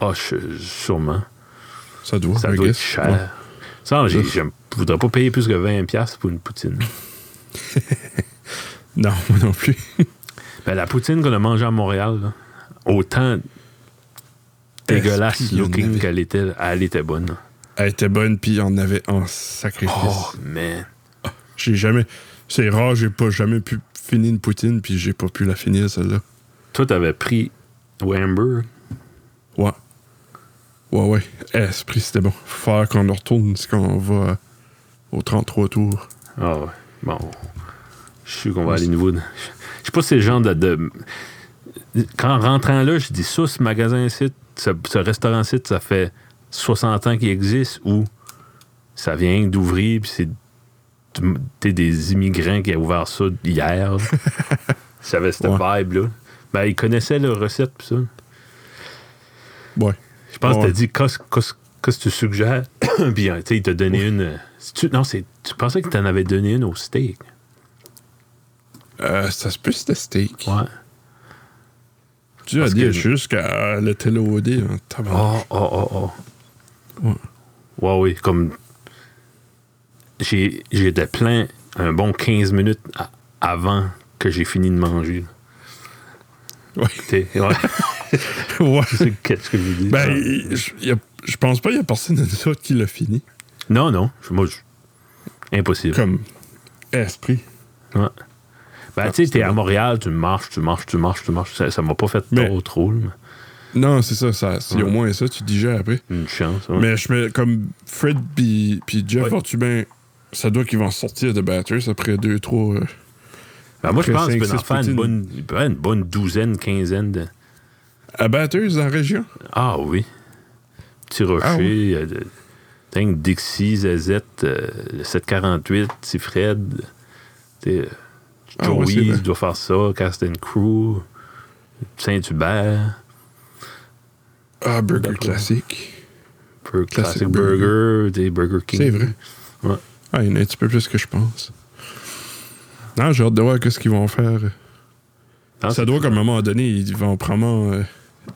Ah, je- sûrement. Ça doit, Ça I doit être guess. Ouais. cher. Ça, j'ai- j'aime- je voudrais pas payer plus que 20$ piastres pour une poutine. Non, moi non plus. Ben, la poutine qu'on a mangée à Montréal, là, autant dégueulasse qu'il y en looking avait? qu'elle était, elle était bonne. là. Elle était bonne, puis on avait en sacrifice. Oh, man. J'ai jamais. C'est rare, j'ai pas jamais pu finir une poutine, puis j'ai pas pu la finir, celle-là. Toi, t'avais pris Wamber. Ouais. Ouais, ouais. Esprit, c'était bon. Faut faire qu'on en retourne si on va euh, au 33 tours. Ah ouais. Bon. Je suis sûr qu'on va aller nouveau. dans- Je sais pas si c'est le genre de, de- Quand rentrant là, je dis ça, ce magasin site, ce, ce restaurant site, ça fait 60 ans qu'il existe ou ça vient d'ouvrir puis c'est tu- t'es des immigrants qui a ouvert ça hier. ça avait cette Ouais. vibe là. Ben, ils connaissaient leur recette pis ça. Ouais. Je pense que Ouais. t'as dit qu'est-ce qu'est-ce- qu'est-ce que tu suggères. Puis euh, tu sais, il t'a donné une. euh, c'est-tu- non, c'est. Tu pensais que t'en avais donné une au steak. Euh, ça se peut, c'était steak. Ouais. Tu as Parce dit que- jusqu'à euh, le téléodé. hein, tabarnak. Oh, oh, oh, oh. Ouais. Ouais, oui, comme. j'ai- J'étais plein un bon 15 minutes a- avant que j'ai fini de manger. Ouais. T'sais, Ouais. Ouais. Ah. C'est Qu'est-ce que je dis? Ben, il- je il y a- je pense pas qu'il y a personne de nous autres qui l'a fini. non, non. je- Moi, je- impossible. Comme eh, esprit. Ouais. Ah, Ben, tu sais, t'es à Montréal, tu marches, tu marches, tu marches, tu marches. Ça ça m'a pas fait Mais- trop, trop. là, Non, c'est ça. ça c'est au Ouais. moins ça, tu digères après. mais Une chance. ouais. Mais je mets comme Fred puis puis Jeff Ouais. Fortubin, ça doit qu'ils vont sortir de Batters après deux, trois. euh, Ben, moi, je Après pense cinq, qu'il peut en six faire une poutines. bonne, il peut faire une bonne douzaine, quinzaine de. à Batters en région. Ah oui. Petit rocher. Ah oui. euh, de- Tank, Dixie, Zazette, euh, le 748, Petit Fred. t'sais, euh, Ah ouais, c'est Joey vrai. doit faire ça. Cast and Crew. Saint-Hubert. Ah, Burger D'accord. Classique. Peu- Classic, Classic Burger. Burger. des Burger King. C'est vrai. Ouais. Ah, il y en a un petit peu plus que je pense. Non, j'ai hâte de voir qu'est-ce qu'ils vont faire. Non, ça doit qu'à un moment donné, ils vont probablement euh,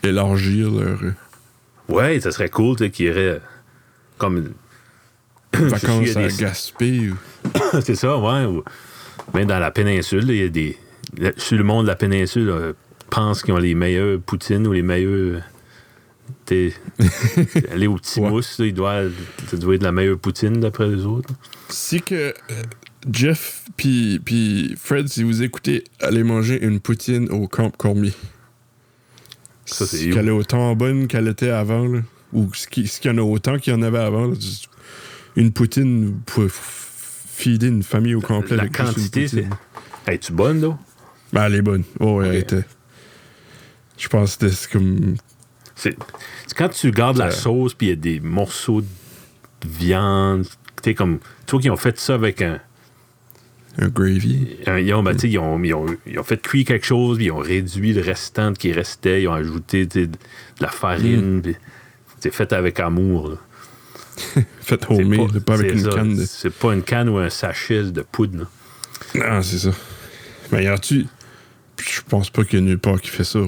élargir leur euh, Ouais, ça serait cool t'sais, qu'il y aurait. Comme. Je sais, il y vacances a à des- Gaspé. ou- C'est ça, ouais. ou- Même dans la péninsule, il y a des. là, Sur le monde de la péninsule, euh, pense qu'ils ont les meilleurs poutines ou les meilleurs. T'es. Aller au petit Ouais. mousse, là, il doit, ça doit être la meilleure poutine d'après les autres. Si que euh, Jeff puis puis Fred, si vous écoutez, allez manger une poutine au Camp Cormier. Ça, c'est où? Qu'elle est autant bonne qu'elle était avant, là. Ou ce qui- ce qu'il y en a autant qu'il y en avait avant. là. Une poutine, vous pouvez f- feeder une famille au complet. la avec juste une quantité, c'est. poutine. Es-tu bonne, là? Ben, elle est bonne. Oh, ouais, Ok. elle était. Je pense que c'était comme. C'est c'est quand tu gardes la Euh. sauce, puis il y a des morceaux de viande. T'es comme. Tu vois qu'ils ont fait ça avec un. Un gravy. Un- Ils ont, ben, tu sais, ils ont- ils ont- ils ont fait cuire quelque chose, puis ils ont réduit le restant qui restait, ils ont ajouté tu sais, de la farine. Mm. puis C'est fait avec amour. là. Fait C'est homemade, pas, avec c'est une ça, canne de. C'est pas une canne ou un sachet de poudre. là. Non, Ah, c'est ça. Mais y en tu Je pense pas qu'il y a nulle part qui fait ça.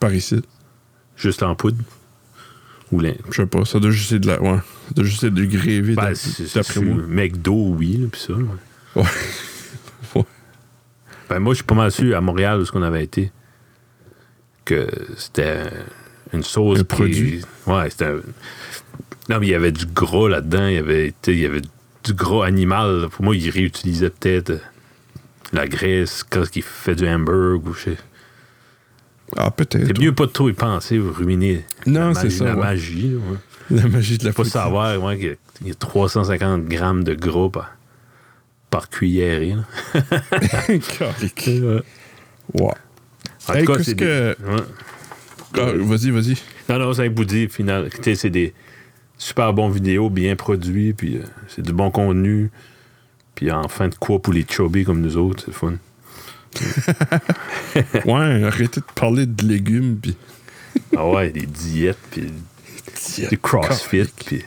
Par ici. Juste en poudre. Ou l'in- Je sais pas. Ça doit juste être de la. Ouais. Ça doit juste être du gravy Ben, d'ap- c'est- c'est- d'après moi. c'est- McDo, oui, là, puis ça. ouais. Ouais. Ouais. Ben, moi, je suis pas mal sûr, à Montréal, où ce qu'on avait été, que c'était une sauce. Un qui- produit. Ouais, c'était. un- Non, mais il y avait du gras là-dedans, il y avait, tu sais, il y avait du gras animal. Pour moi, ils réutilisaient peut-être euh, la graisse quand ils fait du hamburger ou je sais. Ah, peut-être. C'est mieux pas de trop y penser, ruminer. la Non, Ah, c'est magie- ça, La ouais. magie, ouais. La magie de la Faut poutine. savoir, ouais, qu'il y a- il y a 350 grammes de gras par, par cuillerée. là. Calique. Ouais. En Hey, tout cas, qu'est-ce c'est des- que- ouais. Ah, vas-y, vas-y. Non, non, c'est un boudi, final. Tu sais, c'est des super bons vidéos, bien produits, puis euh, c'est du bon contenu. Puis en fin de quoi pour les chobis comme nous autres, c'est le fun. Ouais, arrêtez de parler de légumes pis. Ah ouais, des diètes, puis du crossfit, puis...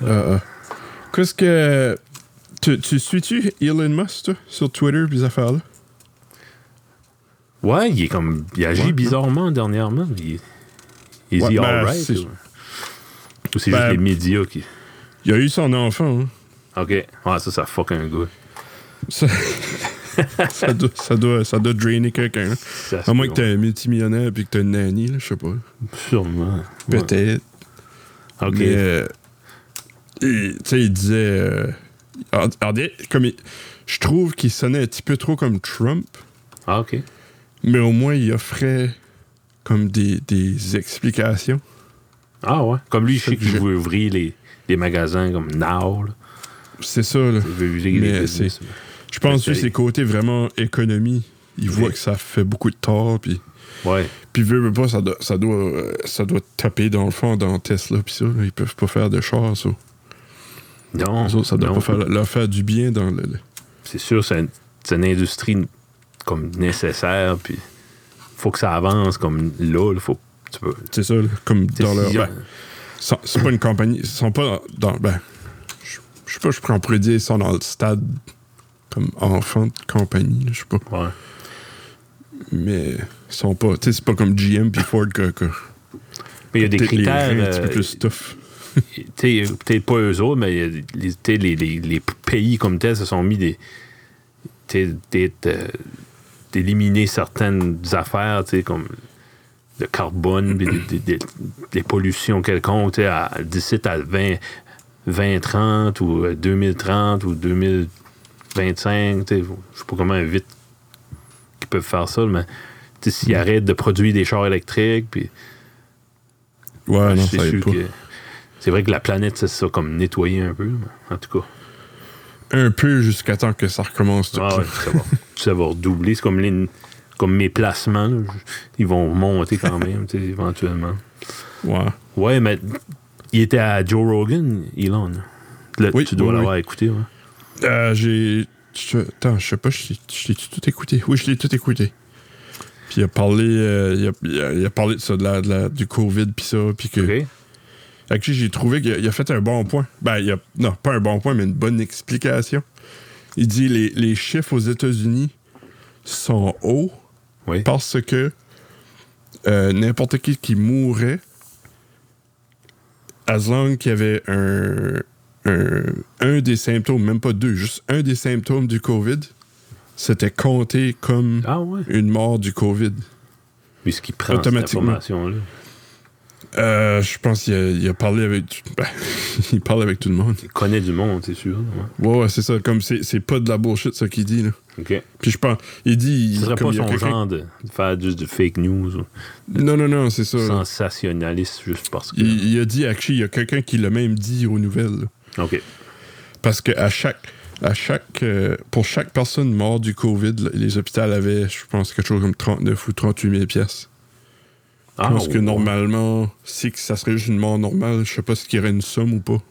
Ah, ah. Qu'est-ce que. Tu, tu suis-tu Elon Musk, toi, sur Twitter, pis ces affaires-là? Ouais, il est comme... Il agit Ouais. bizarrement dernièrement. Il, il Ouais, dit ben, alright. c'est- Ou ou c'est ben, juste les médias qui... Il a eu son enfant. hein. OK. Ouais, ça, ça fuck un gars. Ça, ça, doit, ça, doit, ça doit drainer quelqu'un. hein. Ça se À moins que peut, t'aies un multimillionnaire et que t'aies une nanny, là, je sais pas. Sûrement. Ouais. Peut-être. OK. Mais, euh, il- tu sais, il disait. euh, en- en dire- comme il- je trouve qu'il sonnait un petit peu trop comme Trump, Ah, OK. mais au moins il offrait comme des, des explications. Ah, ouais. Comme lui, je sais Je- qu'il veut ouvrir les, les magasins comme Now. Là. C'est ça, là. Il veut ouvrir Mais les business. Je pense que Mais c'est- c'est côté vraiment économie. Il voit Oui. que ça fait beaucoup de tort, puis. Ouais. Puis veut, veut pas, ça doit, ça, doit, euh, ça doit taper dans le fond dans Tesla puis ça. là. Ils peuvent pas faire de char, ça. Non. Eux autres, ça doit non. pas faire, leur faire du bien dans le... le- C'est sûr, c'est un- c'est une industrie comme nécessaire. Puis faut que ça avance comme là. là, faut, tu peux. C'est ça, là, comme tu sais, dans leur... si- ben, sont- c'est pas une compagnie... Ils sont pas dans... Ben, je je sais pas, je pourrais- on pourrait dire ils sont dans le stade comme enfant de compagnie, là, je sais pas. Ouais. Mais ils sont pas... Tu sais, c'est pas comme GM puis Ford que... que Mais il y a des peut-être les critères. reins un petit peu euh, plus tough. t'sais, peut-être pas eux autres, mais euh, les, t'sais, les, les- les pays comme tel se sont mis des. t'sais, des- euh, d'éliminer certaines affaires, t'sais, comme le carbone, puis des, des- des- des pollutions quelconques, t'sais, à, d'ici à 20, 2030 ou euh, 2030 ou 2025. t'sais, Je sais pas comment vite qu'ils peuvent faire ça, mais t'sais, s'ils arrêtent de produire des chars électriques, puis Ouais, Ah non, c'est ça aide ah, sûr pas. que- C'est vrai que la planète, c'est ça, comme nettoyer un peu, mais en tout cas. Un peu jusqu'à temps que ça recommence. tout. Ah ouais, ça va, ça va redoubler. C'est comme, les- comme mes placements, là, je- ils vont monter quand même, tu sais, éventuellement. ouais. Ouais, mais il était à Joe Rogan, Elon. Là, Oui, tu dois oui, l'avoir écouté. ouais. Euh, j'ai. je- Attends, je sais pas, je l'ai- je l'ai tout écouté. Oui, je l'ai tout écouté. Puis il a parlé, euh, il, a, il a- il a parlé de ça, de la, de la- du COVID, puis ça. Puis que. OK? Actually, j'ai trouvé qu'il a, il a fait un bon point. Ben, il a, non, pas un bon point, mais une bonne explication. Il dit les, les chiffres aux États-Unis sont hauts Oui. parce que euh, n'importe qui qui mourrait, as long qu'il y avait un, un, un des symptômes, même pas deux, juste un des symptômes du COVID, c'était compté comme Ah ouais. une mort du COVID. Puisqu'il prend cette Automatiquement. information-là. Euh, je pense qu'il a, il a parlé avec... ben, il parle avec tout le monde. Il connaît du monde, c'est sûr. ouais. Ouais, ouais, c'est ça. Comme c'est c'est pas de la bullshit, ça qu'il dit, là. OK. Puis je pense... Il dit... Ce serait comme pas il y a son quelqu'un- genre de de faire juste du fake news ou Non, non, non, c'est ça. là. sensationnaliste juste parce que. Il, il a dit, actually, il y a quelqu'un qui l'a même dit aux nouvelles, là. OK. Parce que à chaque, à chaque, euh, pour chaque personne morte du COVID, là, les hôpitaux avaient, je pense, quelque chose comme 39 ou 38 000 pièces. Ah, Parce que ouais. normalement, si que ça serait juste une mort normale, je sais pas s'il y aurait une somme ou pas.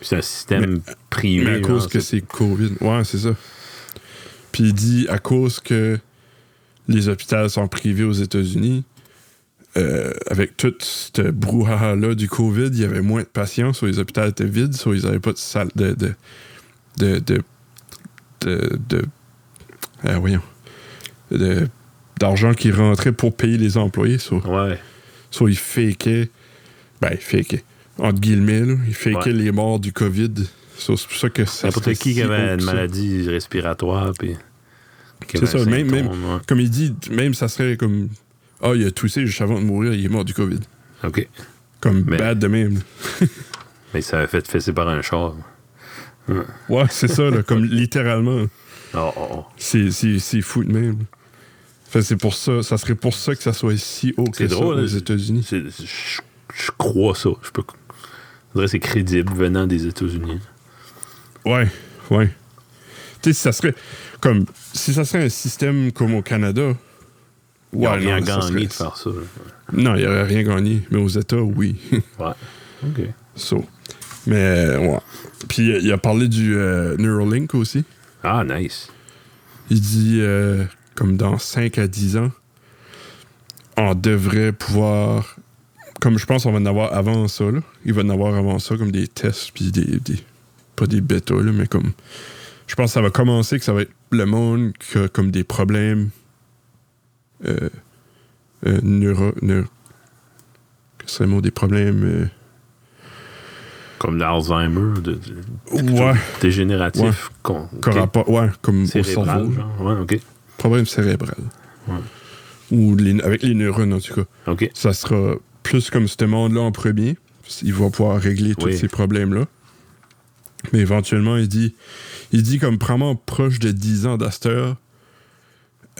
C'est un système privé. Mais à cause genre, que hein, c'est- c'est COVID. Ouais, c'est ça. Puis il dit, à cause que les hôpitaux sont privés aux États-Unis, euh, avec tout ce brouhaha-là du COVID, il y avait moins de patients, soit les hôpitaux étaient vides, soit ils n'avaient pas de salle de... de, de, de, de- de- ah, voyons. De- d'argent qui rentrait pour payer les employés, soit, Ouais. soit ils fakaient... Ben, ils fakaient, entre guillemets, là, ils fakaient Ouais. les morts du COVID. So, c'est pour ça que ça N'importe serait qui si qui avait haut que une ça. maladie respiratoire. Puis, qui C'est avait un ça, même- symptôme, ouais. Comme il dit, même ça serait comme... Ah, il a toussé juste avant de mourir, il est mort du COVID. OK. Comme Mais- bad de même. Mais ça avait fait fesser par un char. Ouais, c'est ça, là, comme littéralement. Oh, oh, oh. C'est, c'est, c'est fou de même. Fait que c'est pour ça, ça serait pour ça que ça soit si haut que C'est drôle, ça aux hein. États-Unis. C'est- Je je crois ça. Je peux. je dirais que c'est crédible venant des États-Unis. Ouais, ouais. Tu sais, si ça serait comme si ça serait un système comme au Canada. Ils ont ouais, rien non, ça gagné de serait- faire ça. là. Non, il n'y aurait rien gagné, mais aux États, oui. Ouais. OK. So. Mais euh, ouais. Puis euh, il a parlé du euh, Neuralink aussi. Ah, nice. Il dit, euh, comme dans 5 à 10 ans, on devrait pouvoir. Comme je pense, on va en avoir avant ça, là. Il va en avoir avant ça, comme des tests, puis des, des- Pas des bêtas, là, mais comme. Je pense que ça va commencer, que ça va être le monde qui a comme des problèmes. Euh, euh, neuro. neuro- que serait le mot des problèmes. euh, Comme l'Alzheimer de, de- quelque Ouais. chose de dégénératif. Ouais. con- Qu'on ok. rapporte- ouais, comme au Cérébral, cerveau. genre. Ouais, OK. Problème cérébral. Ou les- avec les neurones, en tout cas. OK. ça sera plus comme ce monde-là en premier. Il va pouvoir régler tous Oui. ces problèmes-là. Mais éventuellement, il dit, il dit comme vraiment proche de 10 ans d'Aster,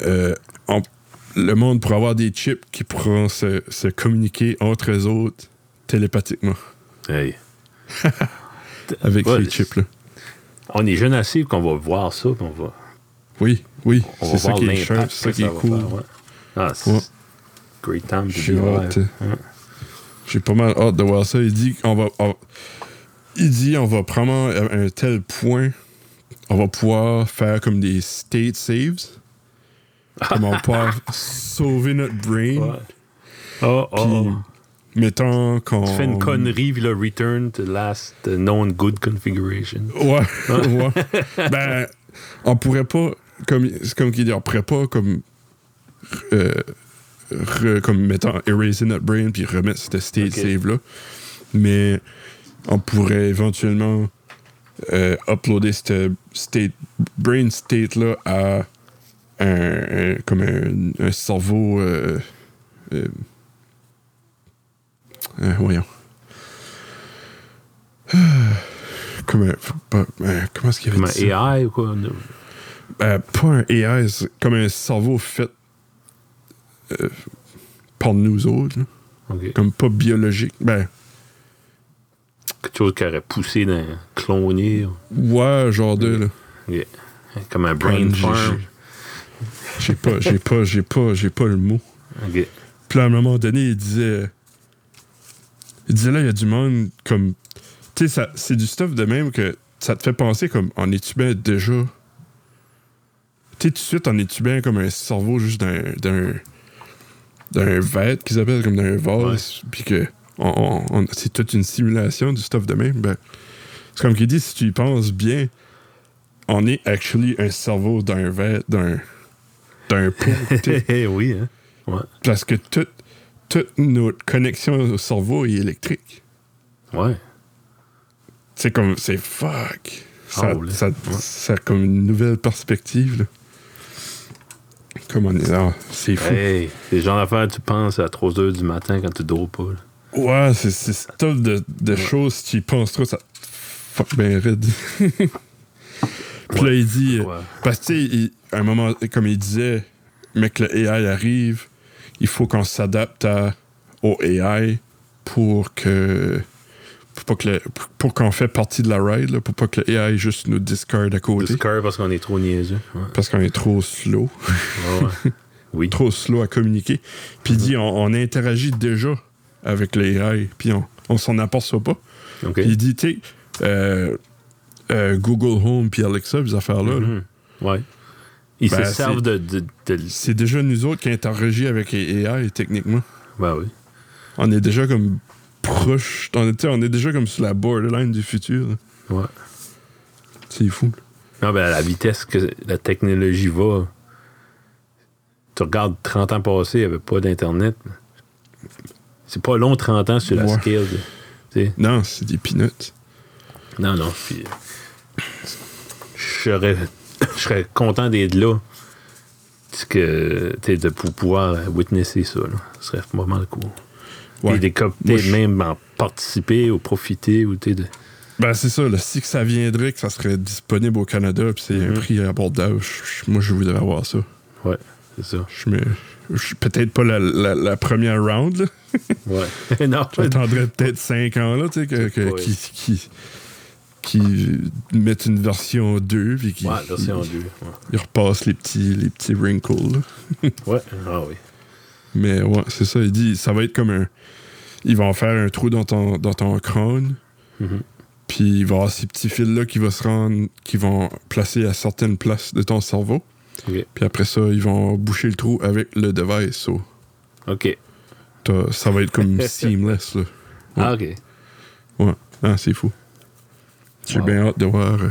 euh, en- le monde pourra avoir des chips qui pourront se, se communiquer entre eux autres télépathiquement Hey. avec Ouais, ces chips-là. On est jeune assez qu'on va voir ça. puis On va, Oui, oui, on va c'est ça voir qui est l'impact chouette, que c'est ça ça qui est va cool. faire. ouais. Ah, c'est Ouais. great time to J'ai be hâte. alive. Ouais. J'ai pas mal hâte de voir ça. Il dit qu'on va. on- il dit on va prendre à un tel point, on va pouvoir faire comme des state saves. comme on va pouvoir sauver notre brain. Ouais. Oh, oh, Puis, oh. mettons qu'on. Tu fais une connerie, puis le return to last euh, known good configuration. Ouais, ouais. ben, on pourrait pas, comme, c'est comme qu'il dit, on pourrait pas, comme, euh, re- comme mettant eraser notre brain puis remettre cette state Ok. save-là. Mais on pourrait éventuellement euh, uploader cette state, brain state-là à un, un- comme un, un cerveau. euh, euh, euh, voyons. Comme un, pas- euh, comment est-ce qu'il avait Comme un dit ça? AI ou quoi? non? Euh, pas un AI, c'est comme un cerveau fait euh, par nous autres, là. Ok. comme pas biologique. Ben, Quelque chose qui aurait poussé dans cloner. ou- ouais, genre de. Là. ok. Comme un brain Comme farm. J'ai pas, j'ai pas, j'ai pas, j'ai pas le mot. Ok. Puis là, à un moment donné, il disait. Il disait là, il y a du monde comme. Tu sais, ça- c'est du stuff de même que ça te fait penser comme en étudiant déjà. Tu sais, tout de suite, en étudiant comme un cerveau juste d'un. d'un. d'un vêt qu'ils appellent comme d'un vase. Puis que. on- on- on- c'est toute une simulation du stuff de même. Ben, c'est comme qu'il dit, si tu y penses bien, on est actually un cerveau d'un vêt, d'un. d'un pot. tu sais. oui, hein? Ouais. Parce que toute, toute notre connexion au cerveau est électrique. Ouais. C'est comme, c'est fuck. Ça, Oh, là. ça, ça a comme une nouvelle perspective. Là. Comme on est là, c'est fou. Hey, c'est le genre d'affaires que tu penses à 3 heures du matin quand tu dors pas. là. Ouais, c'est c'est ce stuff de, de choses, si tu y penses trop, ça te fuck ben raide. Puis là, il dit, euh, Ouais. parce que tu sais, il- à un moment, comme il disait, mais que le AI arrive, il faut qu'on s'adapte à- au AI pour que. Pour, pas que le- pour- pour qu'on fait partie de la ride, là, pour pas que le AI juste nous discard à côté. Discover parce qu'on est trop niaiseux. Ouais. Parce qu'on est trop slow. Ah Ouais, ouais. Oui. trop slow à communiquer. Puis il dit, on, on interagit déjà avec le AI, puis on, on s'en aperçoit pas. OK. Il dit, tu sais, euh, euh, Google Home puis Alexa, ces affaires-là, là, Mhm. Ouais. Ils Ben, se servent de, de, de- c'est déjà nous autres qui interagis avec les AI techniquement. Ben oui. On est déjà comme proche, on est, tu sais, on est déjà comme sur la borderline du futur. là. Ouais. C'est fou. Non, ben, à la vitesse que la technologie va, tu regardes 30 ans passés, il n'y avait pas d'Internet. C'est pas long, 30 ans, sur la Ouais. scale. de- tu sais. Non, c'est des peanuts. Non, non. Puis, je serais- je serais content d'être là. parce que, tu sais, de pou- pouvoir witnesser ça. là. Ce serait vraiment cool. Ouais. Puis des cop- Moi, tu sais, je- même en participer ou profiter ou tu sais, de- Ben, c'est ça, là, si que ça viendrait, que ça serait disponible au Canada, puis c'est Mhm. un prix abordable, je- je- moi, je voudrais avoir ça. Ouais, c'est ça. Je me. je- Peut-être pas la, la- la première round, là. Ouais. non, J'attendrais peut-être 5 ans, là, tu sais, que, que- Ouais. qui, qui, qui mettent une version 2, puis qui, ouais, là, c'est en qui- deux. Ouais. ils repassent les petits, les petits wrinkles, là. Ouais, ah oui. Mais ouais, c'est ça, il dit, ça va être comme un... Ils vont faire un trou dans ton, dans ton crâne, Mhm. puis il va y avoir ces petits fils-là qui vont se rendre, qui vont placer à certaines places de ton cerveau. Ok. Puis après ça, ils vont boucher le trou avec le device, so OK. t'as- ça va être comme seamless, là. Ah, OK. Ouais, Ah, c'est fou. J'ai Wow. bien hâte de voir, euh,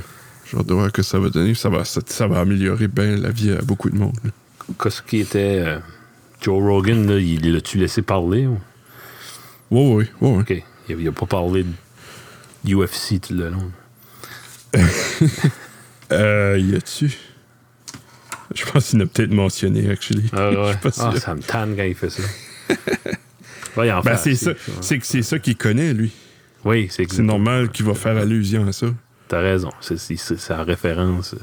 j'ai hâte de voir que ça va donner. Ça va, ça, ça va améliorer bien la vie à beaucoup de monde. là. Qu'est-ce qui était. euh, Joe Rogan, là, il l'a-tu laissé parler? ou- Ouais, ouais, ouais. ouais. OK. Il n'a pas parlé de UFC tout le long. Euh, y a-tu? Je pense qu'il l'a peut-être mentionné, actually. Ah Je ouais. suis pas sûr. Ah, ça me tanne quand il fait ça. Va y en Ben, faire, c'est si, ça. C'est que c'est ça qu'il connaît, lui. Oui, c'est C'est exact. normal qu'il va faire allusion à ça. T'as raison. C'est- C'est c'est- c'est en référence.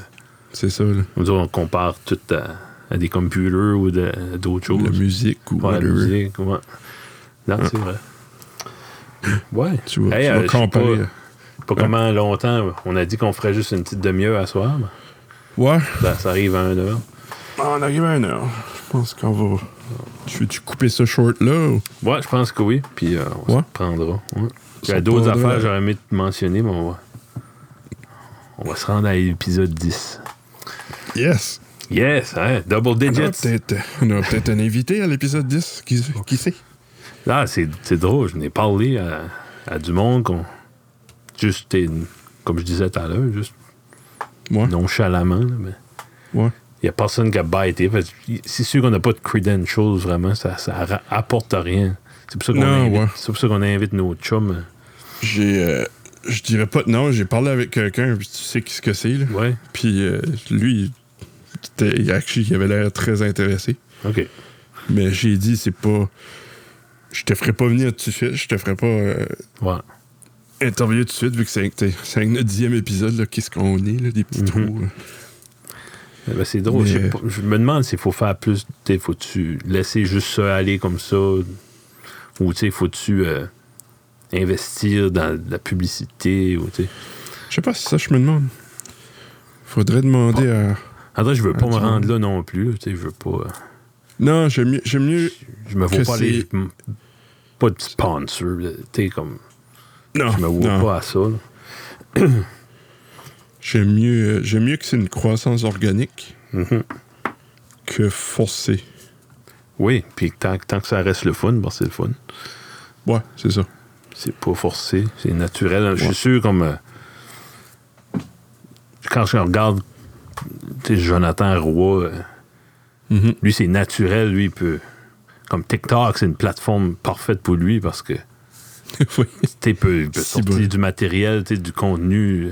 C'est ça, là. On, dit, on compare tout à, à des computers ou de- à d'autres choses. La musique ou Ouais, la whatever. musique, ouais. Non, c'est vrai. Ouais. Tu vas, Hey, tu euh, vas je sais comparer. pas- hein. Pas comment longtemps. On a dit qu'on ferait juste une petite demi-heure à soir. mais Ouais. Ça, ça arrive à 1 heure. On arrive à une heure. Je pense qu'on va. Tu veux-tu couper ce short-là? ou- Ouais, je pense que oui. Puis euh, on Ouais. se prendra. Ouais. Il y Se a d'autres prendra. affaires que j'aurais aimé te mentionner, mais on va, on va se rendre à l'épisode 10. Yes! Yes, hein, double On aura digits. peut-être on aura peut-être un invité à l'épisode 10. Qui, qui sait? Ah, c'est c'est drôle, je n'ai parlé à, à du monde qu'on. Juste, t'es- comme je disais tout à l'heure, juste Ouais. nonchalamment, là, mais Ouais. il n'y a personne qui a bâti. Fait que C'est sûr qu'on n'a pas de credentials vraiment, ça, ça ra- apporte rien. C'est pour ça qu'on Non, invite, ouais. c'est pour ça qu'on invite nos chums. J'ai. euh, je dirais pas de nom, j'ai parlé avec quelqu'un, puis tu sais qui ce que c'est, là. Ouais, Puis euh, lui, c'était- il actually, il avait l'air très intéressé. ok. Mais j'ai dit, c'est pas. Je te ferai pas venir tout de suite, je te ferai pas euh, Ouais. interviewer tout de suite, vu que c'est t'es- c'est un dixième épisode, là, qu'est-ce qu'on est, là, des petits Mm-hmm. trous. là. Eh ben, c'est drôle. Mais- Je sais pas- Je me demande s'il faut faire plus. t'sais, Faut-tu laisser juste ça aller comme ça? Ou t'sais, faut-tu euh, investir dans la publicité? Ou, t'sais. Je sais pas si ça, je me demande. Faudrait demander à. En vrai, je veux Ah, pas me tu rendre là non plus. t'sais, Je veux pas. euh, Non, j'aime mieux. j'aime mieux- Je me vois Que pas c'est- aller. m- Pas de sponsor. là, t'sais, comme, Non, je me vois non. pas à ça. là. J'aime mieux, euh, j'aime mieux que c'est une croissance organique Mm-hmm. que forcée. Oui, puis tant, tant que ça reste le fun, bon, c'est le fun. Ouais, c'est ça. C'est pas forcé, c'est naturel. Je suis sûr, comme. euh, quand je regarde tu sais, Jonathan Roy, euh, Mhm. lui, c'est naturel, lui, il peut. Comme TikTok, c'est une plateforme parfaite pour lui parce que oui. tu sais, il peut, il peut Si sortir bon. du matériel, tu sais, du contenu.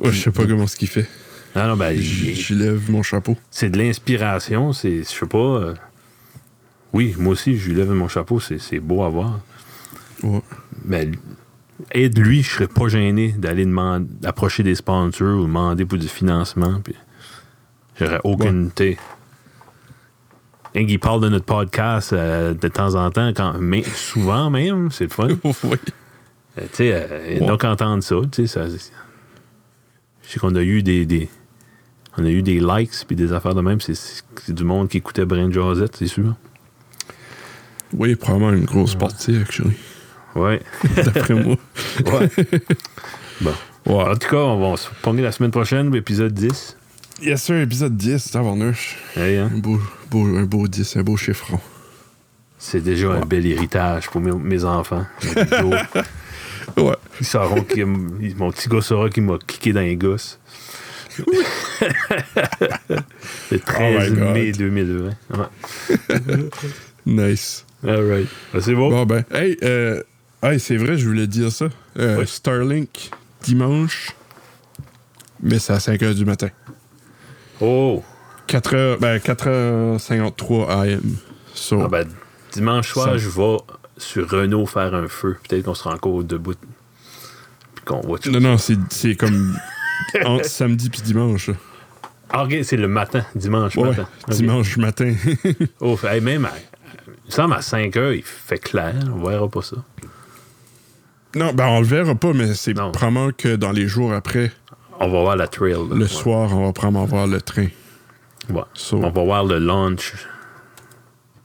Ouais, je sais pas comment ce qu'il fait. Non, non, ben, J- il- J'y lève mon chapeau. c'est de l'inspiration, c'est. Je sais pas. euh, oui, moi aussi, je lui lève mon chapeau, c'est c'est beau à voir. Ouais. Mais lui- aide-lui, Ben, je serais pas gêné d'aller demander, approcher des sponsors ou demander pour du financement. Puis j'aurais aucune. t'sais. Hein, il parle de notre podcast euh, de temps en temps, quand, mais souvent même, c'est le fun. oui. Euh, t'sais, euh, il y en a Ouais. qui entendent ça, t'sais, ça- Je sais qu'on a eu des, des- On a eu des likes puis des affaires de même. C'est- C'est c'est du monde qui écoutait Brain Josette, c'est sûr. Oui, probablement une grosse partie, actually. Ouais. D'après moi. ouais. bon. Ouais. En tout cas, on va se pogner la semaine prochaine, épisode 10. Yes, sir, épisode 10, tabarnouche. Hey, hein? Un beau, beau, un beau 10, un beau chiffron. C'est déjà un bel héritage pour mes, mes enfants. Mon petit gars. Ouais. Ils sauront qu'il m- il- mon petit gars saura qu'il m'a kické dans les gosses. Le 13 Oh my God. mai 2020. Ouais. Nice. All right. Ben, c'est beau. Bon, ben, hey, euh, hey, c'est vrai, je voulais dire ça. Euh, Oui. Starlink, dimanche, mais c'est à 5 h du matin. Oh! 4 h, ben, 4h53 AM. So, Ah ben, dimanche soir, Ça- je vais sur Renault faire un feu. Peut-être qu'on sera encore debout. Puis qu'on va... Non, non, c'est c'est comme entre samedi puis dimanche. là. Ah, ok, c'est le matin. Dimanche Ouais, matin. Ok. dimanche matin. Oh, hey, même à... Il me semble à 5 heures, il fait clair. On verra pas ça. non, ben, on le verra pas, mais c'est Non. probablement que dans les jours après, On va voir la trail. là. le Ouais. soir, on va probablement voir le train. Ouais. So- On va voir le launch.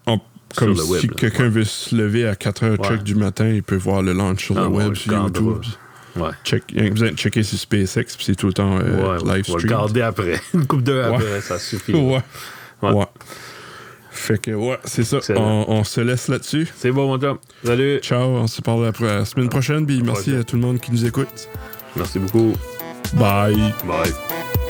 On- comme le si web, là. quelqu'un veut se lever à 4h Ouais. check du matin, il peut voir le launch sur Ah, le on web, le sur gardera. YouTube. Ouais. Check, il y a besoin de checker sur SpaceX, puis c'est tout le temps euh, Ouais, ouais, live on va le stream. garder après. Une coupe d'heures Ouais. après, ça suffit. Ouais. Ouais. ouais. Fait que, ouais, c'est ça. Excellent. On, on se laisse là-dessus. C'est bon, mon chum. Salut. Ciao, on se parle la pro- la semaine prochaine, puis merci prochaine. à tout le monde qui nous écoute. Merci beaucoup. Bye. Bye.